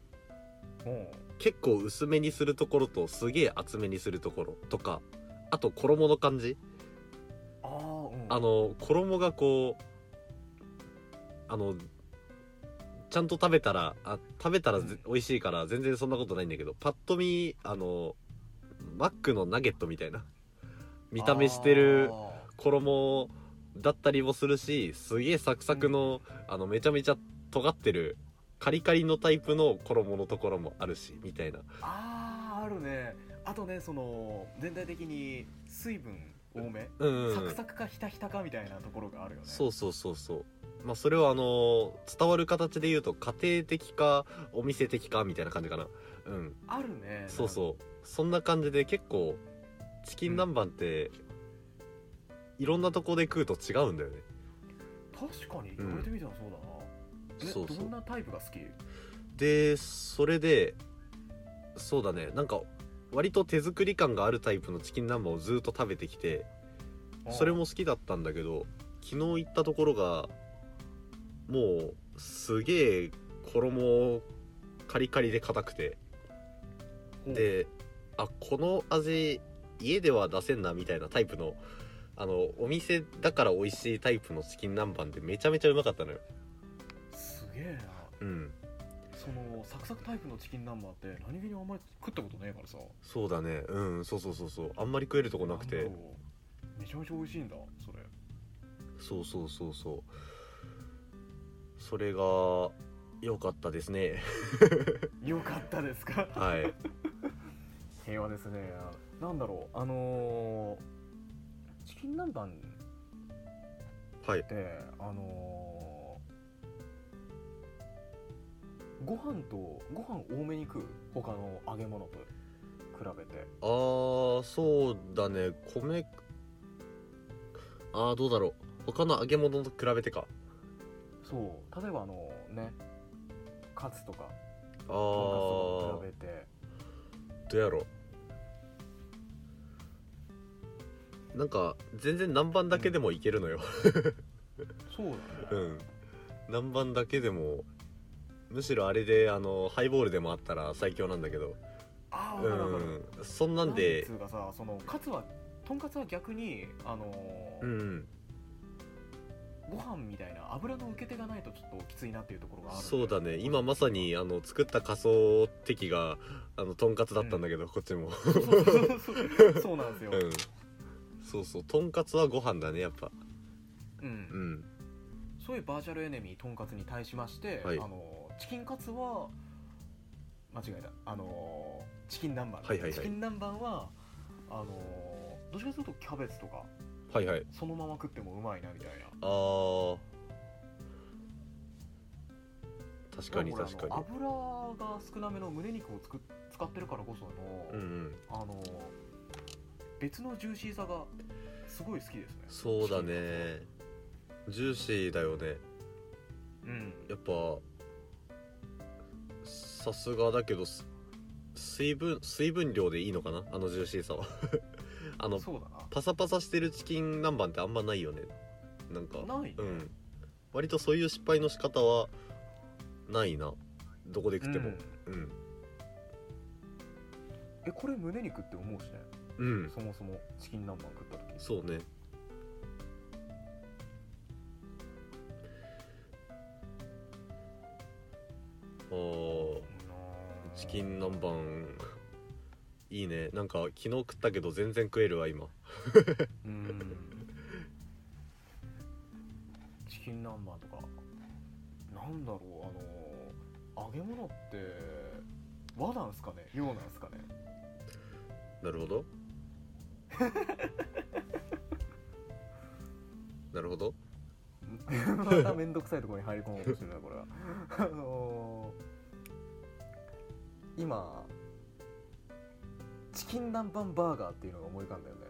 Speaker 2: うん
Speaker 1: 結構薄めにするところとすげえ厚めにするところとかあと衣の感じ
Speaker 2: あーうん
Speaker 1: あの衣がこうあのちゃんと食べたらあ食べたらぜ
Speaker 2: うん
Speaker 1: 美味しいから全然そんなことないんだけどパッと見あのマックのナゲットみたいな見た目してる
Speaker 2: あー
Speaker 1: 衣だったりもするしすげえサクサクの、あのめちゃめちゃ尖ってるカリカリのタイプの衣のところもあるしみたいな
Speaker 2: あーあるねあとねその全体的に水分多め、
Speaker 1: うんうんうん、
Speaker 2: サクサクかひたひたかみたいなところがあるよね
Speaker 1: そうそうそうそうまあそれはあのー伝わる形で言うと家庭的かお店的かみたいな感じかなうん
Speaker 2: あるね
Speaker 1: そうそうそんな感じで結構チキン南蛮って、いろんなとこで食うと違うんだよね
Speaker 2: 確かに
Speaker 1: うん
Speaker 2: 言われてみたらそうだな、え
Speaker 1: そうそ
Speaker 2: どん
Speaker 1: う
Speaker 2: なタイプが好き
Speaker 1: でそれでそうだねなんか割と手作り感があるタイプのチキン南蛮をずっと食べてきてそれも好きだったんだけど昨日行ったところがもうすげえ衣カリカリで硬くて
Speaker 2: うん
Speaker 1: であこの味家では出せんなみたいなタイプのあのお店だから美味しいタイプのチキン南蛮ってめちゃめちゃうまかったのよ
Speaker 2: すげえ
Speaker 1: う
Speaker 2: な
Speaker 1: ん
Speaker 2: そのサクサクタイプのチキン南蛮って何気にあんまり食ったことねえからさ
Speaker 1: そうだねうんそうそうそうそうあんまり食えるとこなく
Speaker 2: ん
Speaker 1: て
Speaker 2: だろうめちゃめちゃ美味しいんだそれ
Speaker 1: そうそうそうそうそれが良かったですね
Speaker 2: <laughs> よかったですか
Speaker 1: はい
Speaker 2: <laughs> 平和ですねなんだろうあのーチキン南蛮
Speaker 1: はい
Speaker 2: ってあのーご飯とご飯多めに食う他の揚げ物と比べて
Speaker 1: あーそうだね米ああどうだろう他の揚げ物と比べてか
Speaker 2: そう例えばあのねカツとか
Speaker 1: ああど
Speaker 2: とんかつとかに比べて
Speaker 1: うやろうなんか全然南蛮だけでもいけるのよ
Speaker 2: そう
Speaker 1: う
Speaker 2: だね、
Speaker 1: ん南蛮だけでもむしろあれであのハイボールでもあったら最強なんだけど
Speaker 2: ああ
Speaker 1: う
Speaker 2: 分かる分かる、
Speaker 1: んそんなんで
Speaker 2: つうかさそのカツはとんかつは逆にあの
Speaker 1: う
Speaker 2: ー
Speaker 1: ん
Speaker 2: ご飯みたいな油の受け手がないとちょっときついなっていうところがある
Speaker 1: そうだね今まさにあの作った仮想敵があのとんかつだったんだけど、こっちも
Speaker 2: そうそうそう
Speaker 1: <laughs>
Speaker 2: そうそうなんですよ、
Speaker 1: うんそうそうとんかつはご飯だねやっぱ
Speaker 2: うん
Speaker 1: うん
Speaker 2: そういうバーチャルエネミーとんかつに対しまして、
Speaker 1: はい
Speaker 2: あのチキンカツは間違えたあのチキン南蛮、
Speaker 1: はいはいはい
Speaker 2: チキン南蛮はあのどっちかというとキャベツとか
Speaker 1: はいはい
Speaker 2: そのまま食ってもうまいなみたいな
Speaker 1: あー確かに
Speaker 2: だらこ
Speaker 1: 確
Speaker 2: れ
Speaker 1: かに
Speaker 2: あの油が少なめの胸肉をつく使ってるからこその、
Speaker 1: うんうん
Speaker 2: あの別のジューシーさがすごい好きですね
Speaker 1: そうだねジューシーだよね
Speaker 2: うん
Speaker 1: やっぱさすがだけどす水分水分量でいいのかなあのジューシーさは <laughs> あの
Speaker 2: そうだ
Speaker 1: パサパサしてるチキン南蛮ってあんまないよねなんか
Speaker 2: なないね、
Speaker 1: うん割とそういう失敗の仕方はないなどこで食ってもうん
Speaker 2: えこれ胸肉って思うしね
Speaker 1: うん、
Speaker 2: そもそもチキン南蛮食った時
Speaker 1: そうねあーチキン南蛮いいねなんか昨日食ったけど全然食えるわ今
Speaker 2: うーんチキン南蛮とかなんだろうあの揚げ物って和なんすかね洋なんすかね
Speaker 1: <laughs> なるほ <laughs> どなるほど
Speaker 2: また面倒くさいところに入り込もうとしてるなこれはあのー今チキン南蛮バーガーっていうのが思い浮かんだよね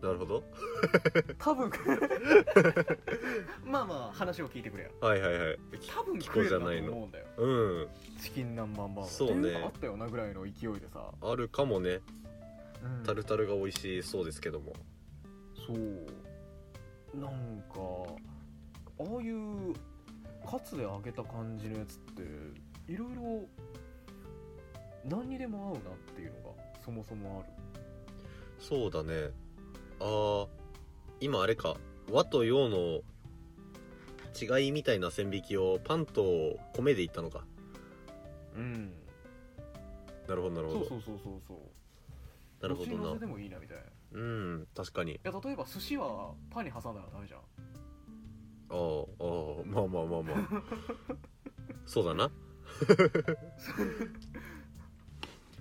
Speaker 1: なるほど
Speaker 2: 多分 <laughs> まあまあ話を聞いてくれよ
Speaker 1: はいはいはい
Speaker 2: 多分
Speaker 1: 聞
Speaker 2: 聞
Speaker 1: こ
Speaker 2: こ
Speaker 1: う
Speaker 2: え
Speaker 1: じゃ
Speaker 2: る
Speaker 1: ない
Speaker 2: な
Speaker 1: の
Speaker 2: と思うんだよ
Speaker 1: うん
Speaker 2: チキン南蛮バーガー
Speaker 1: そうね
Speaker 2: っていのがあったよなぐらいの勢いでさ、
Speaker 1: あるかもね
Speaker 2: うん
Speaker 1: タルタルが美味しそうですけども
Speaker 2: そうなんかああいうカツで揚げた感じのやつっていろいろ何にでも合うなっていうのがそもそもある
Speaker 1: そうだねあー今あれか和と洋の違いみたいな線引きをパンと米で言ったのか
Speaker 2: うん
Speaker 1: なるほどなるほ
Speaker 2: そ
Speaker 1: ど
Speaker 2: うそうそうそうそう
Speaker 1: なるほ
Speaker 2: どっちに乗
Speaker 1: ど
Speaker 2: せ
Speaker 1: な
Speaker 2: てもいいなみたいない
Speaker 1: うん確かに
Speaker 2: や例えば寿司はパンに挟んだらダメじゃん
Speaker 1: ああああまあまあまあま
Speaker 2: <laughs>
Speaker 1: あそうだな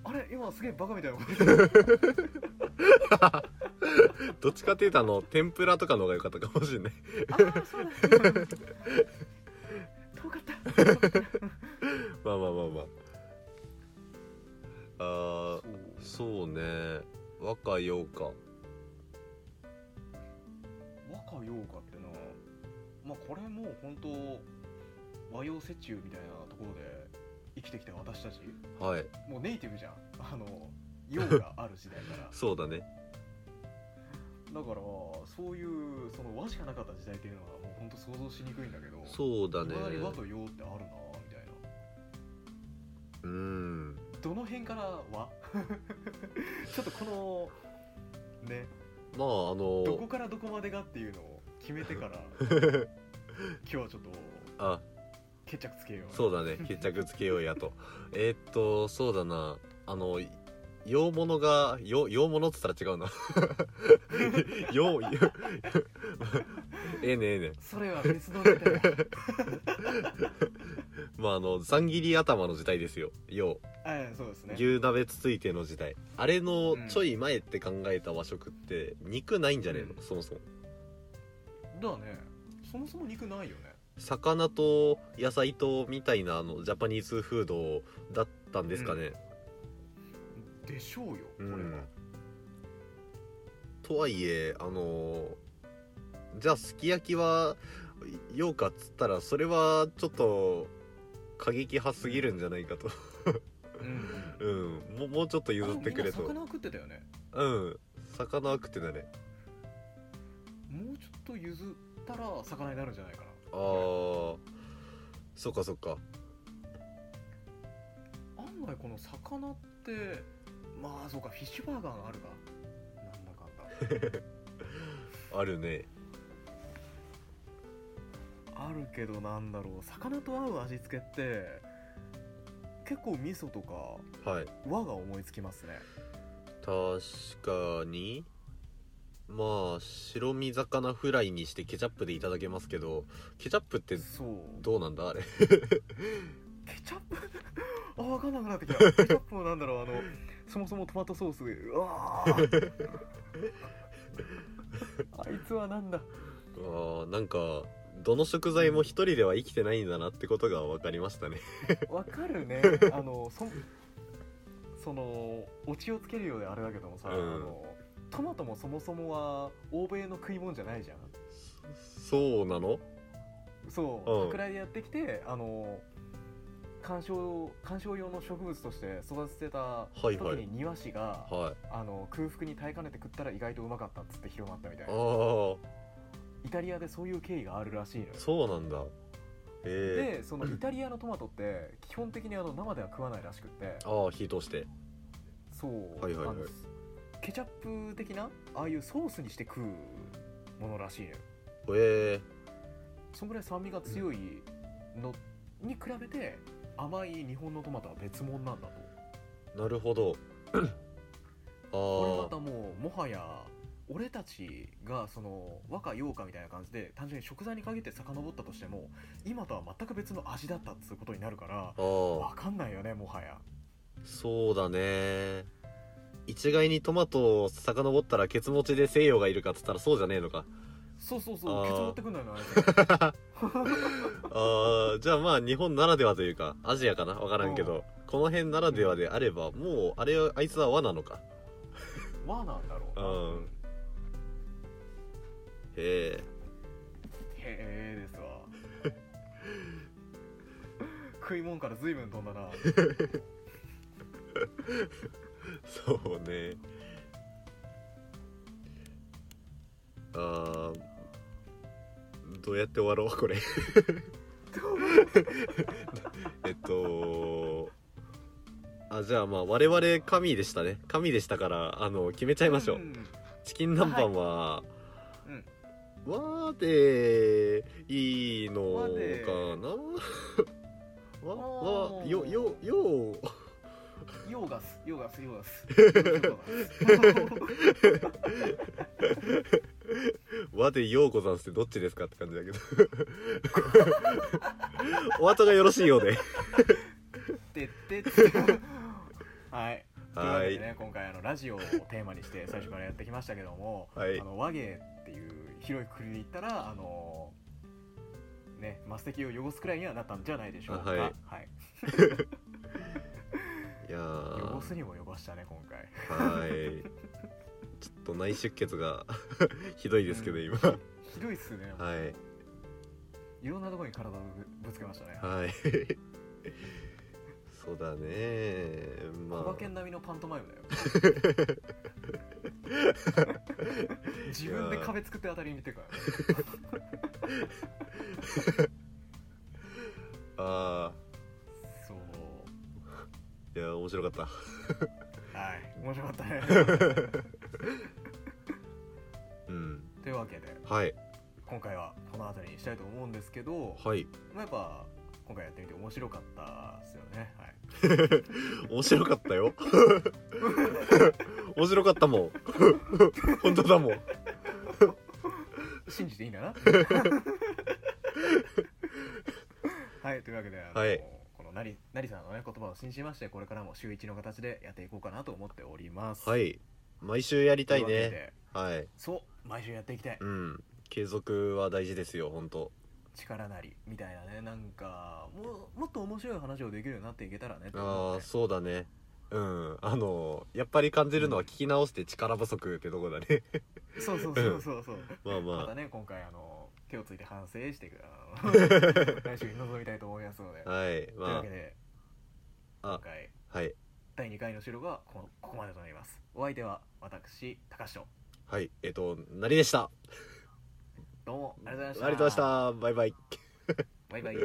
Speaker 2: あれ今すげえバカみたいなこと言ってる
Speaker 1: どっちかっていうとあの天ぷらとかの方が良かったかもしれない
Speaker 2: ああそうだ <laughs> 遠かった遠かった
Speaker 1: まあまあまあまああー
Speaker 2: そう
Speaker 1: そうね和か洋か
Speaker 2: 和歌洋歌ってなまあこれもう本当和洋折衷みたいなところで生きてきた私たち
Speaker 1: はい
Speaker 2: もうネイティブじゃんあの洋がある時代
Speaker 1: <laughs>
Speaker 2: からだか
Speaker 1: そうだね
Speaker 2: らそういうその和しかなかった時代っていうのはもう本当想像しにくいんだけど
Speaker 1: そうだ
Speaker 2: い
Speaker 1: ね
Speaker 2: まだに和と洋ってあるなみたいな
Speaker 1: うん
Speaker 2: どの辺から和 <laughs> ちょっとこのね
Speaker 1: まああの
Speaker 2: どこからどこまでがっていうのを決め
Speaker 1: <laughs>
Speaker 2: てから今日はちょっと
Speaker 1: あ
Speaker 2: 決着つけよう
Speaker 1: そうだ
Speaker 2: <laughs>
Speaker 1: ね決着つけようやとえーっとそうだなあの洋物が洋洋物っつったら違 <laughs> うな洋洋 <laughs> ええねええね
Speaker 2: それは別の時代だ
Speaker 1: まああのざん切り頭の時代ですよ洋
Speaker 2: <laughs> ええそうですね
Speaker 1: 牛鍋つついての時代あれのちょい前って考えた和食って肉ないんじゃねえの、
Speaker 2: うん
Speaker 1: そもそも
Speaker 2: だねそもそも肉ないよね
Speaker 1: 魚と野菜とみたいなあのジャパニーズフードだったんですかね、
Speaker 2: でしょうよこ
Speaker 1: う
Speaker 2: れ
Speaker 1: ん
Speaker 2: は、
Speaker 1: とはいえあのーじゃあすき焼きはようかっつったらそれはちょっと過激派すぎるんじゃないかと
Speaker 2: うん
Speaker 1: うんもうもうちょっと譲ってくれ
Speaker 2: あ
Speaker 1: と
Speaker 2: のみんな魚食ってたよね
Speaker 1: うん魚は食ってたね
Speaker 2: もうちょっと譲ったら魚になるんじゃないかな
Speaker 1: ああそっかそっか
Speaker 2: 案外この魚ってまあそうかフィッシュバーガーがあるかなんだかんだ
Speaker 1: あるね
Speaker 2: あるけどなんだろう魚と合う味付けって結構味噌とか
Speaker 1: はい
Speaker 2: 和が思いつきますね
Speaker 1: 確かにまあ白身魚フライにしてケチャップでいただけますけどケチャップって
Speaker 2: そう
Speaker 1: どうなんだあれ
Speaker 2: ケチャップ <laughs> あ分かんなくなってきたケチャップもなんだろうあのそもそもトマトソースうわーあいつはなんだ
Speaker 1: あーなんかどの食材も一人では生きてないんだなってことが分かりましたね
Speaker 2: わかるねあのそそのオチをつけるようであれだけどもさ、
Speaker 1: うん
Speaker 2: あのトマトもそもそもは欧米の食い物じゃないじゃん
Speaker 1: そうなの
Speaker 2: そう
Speaker 1: うん
Speaker 2: 桜井でやってきてあの観賞観賞用の植物として育て
Speaker 1: い
Speaker 2: た
Speaker 1: は
Speaker 2: 時
Speaker 1: い
Speaker 2: に庭師が、
Speaker 1: はい
Speaker 2: あの空腹に耐えかねて食ったら意外とうまかったっつって広まったみたい
Speaker 1: ああ
Speaker 2: なイタリアでそういう経緯があるらしいのよ
Speaker 1: そうなんだへえ
Speaker 2: でそのイタリアのトマトって基本的にあの生では食わないらしくって
Speaker 1: ああ火通して
Speaker 2: そう、
Speaker 1: はいはいはい
Speaker 2: あのケチャップ的なああいうソースにして食うものらしいのよ
Speaker 1: へえ
Speaker 2: そんぐらい酸味が強いのに比べて甘い日本のトマトは別物なんだと
Speaker 1: なるほ
Speaker 2: <clears throat>
Speaker 1: ど
Speaker 2: これ
Speaker 1: あ
Speaker 2: またもうもはや俺たちがその和歌洋歌みたいな感じで単純に食材に限って遡ったとしても今とは全く別の味だったっていうことになるから
Speaker 1: あああ
Speaker 2: 分かんないよねもはや
Speaker 1: そうだね一概にトマトを遡ったらケツ持ちで西洋がいるかっつったらそうじゃねえのか
Speaker 2: そうそう
Speaker 1: あ
Speaker 2: そう
Speaker 1: ー
Speaker 2: ケツ持ってくんないのあいつ
Speaker 1: あーじゃあまあ日本ならではというかアジアかな分からんけどこの辺ならではであればもうあれはあいつは和なのか
Speaker 2: 和なんだろう
Speaker 1: うんへえ
Speaker 2: へえですわ食い物から随分飛んだな
Speaker 1: そうねあーどうやって終わろうこれ <laughs> えっとあじゃあまあ我々神でしたね神でしたからあの決めちゃいましょう、
Speaker 2: ん
Speaker 1: チキン南蛮は、
Speaker 2: うん
Speaker 1: わーでいいの
Speaker 2: わで
Speaker 1: かなわ
Speaker 2: お
Speaker 1: わ
Speaker 2: ー
Speaker 1: よよよ
Speaker 2: ヨーガスヨーガスヨーガ <laughs> スヨーガス <laughs>
Speaker 1: 和でようござんすってどっちですかって感じだけど <laughs> お後がよろしいようで
Speaker 2: てってってはいというわ
Speaker 1: は
Speaker 2: けで
Speaker 1: い
Speaker 2: ね今回あのラジオをテーマにして
Speaker 1: <laughs>
Speaker 2: 最初からやってきましたけども、
Speaker 1: はい
Speaker 2: あの和芸っていう広いくくりで言ったらあのねマステキを汚すくらいにはなったんじゃないでしょうか
Speaker 1: あはい
Speaker 2: はい、
Speaker 1: いやー
Speaker 2: 汚すにも汚したね今回
Speaker 1: はいちょっと内出血が <laughs> ひどいですけど
Speaker 2: うん
Speaker 1: 今、
Speaker 2: ひどいっすね、
Speaker 1: はい
Speaker 2: いろんなところに体をぶぶつけましたね
Speaker 1: はい <laughs> そうだねま
Speaker 2: お
Speaker 1: あ
Speaker 2: 化け並みのパントマイムだよ
Speaker 1: <laughs>
Speaker 2: 自分で壁作って当たりに見てるからね
Speaker 1: あ
Speaker 2: そう
Speaker 1: ーいや面白かった
Speaker 2: はい面白かったね
Speaker 1: <laughs> うん
Speaker 2: というわけで
Speaker 1: はい
Speaker 2: 今回はこの辺りにしたいと思うんですけど、
Speaker 1: はい
Speaker 2: まあ、やっぱ今回やってみて面白かったですよねはい
Speaker 1: <laughs> 面白かったよ <laughs> 面白かったもん <laughs> 本当だもん
Speaker 2: 信じていい
Speaker 1: <laughs>
Speaker 2: んだなはいというわけであの、
Speaker 1: はい
Speaker 2: このなりなりさんのね言葉を信じましてこれからも週一の形でやっていこうかなと思っております
Speaker 1: はい毎週やりたい
Speaker 2: とうわけ
Speaker 1: ね
Speaker 2: で
Speaker 1: はい
Speaker 2: そう毎週やっていきたい
Speaker 1: うん継続は大事ですよ本当
Speaker 2: 力なりみたいなねなんかもうもっと面白い話をできるようになっていけたらねって思う
Speaker 1: あ
Speaker 2: ね
Speaker 1: あそうだねうんあのやっぱり感じるのは聞き直して力不足ってとこだね
Speaker 2: そうそうそうそうそう
Speaker 1: まあまあ
Speaker 2: またね今回あの手をついて反省してあ <laughs> の来週に臨みたいと思いますので、
Speaker 1: はい
Speaker 2: というわ
Speaker 1: ま
Speaker 2: けで
Speaker 1: あ
Speaker 2: 今回
Speaker 1: あはい
Speaker 2: 第2回の収録はこここまでとなりますお相手は私高橋と
Speaker 1: はいえっとなりでした
Speaker 2: どうもありがとうございました
Speaker 1: ありがとうございましたバイバイ
Speaker 2: バイバイ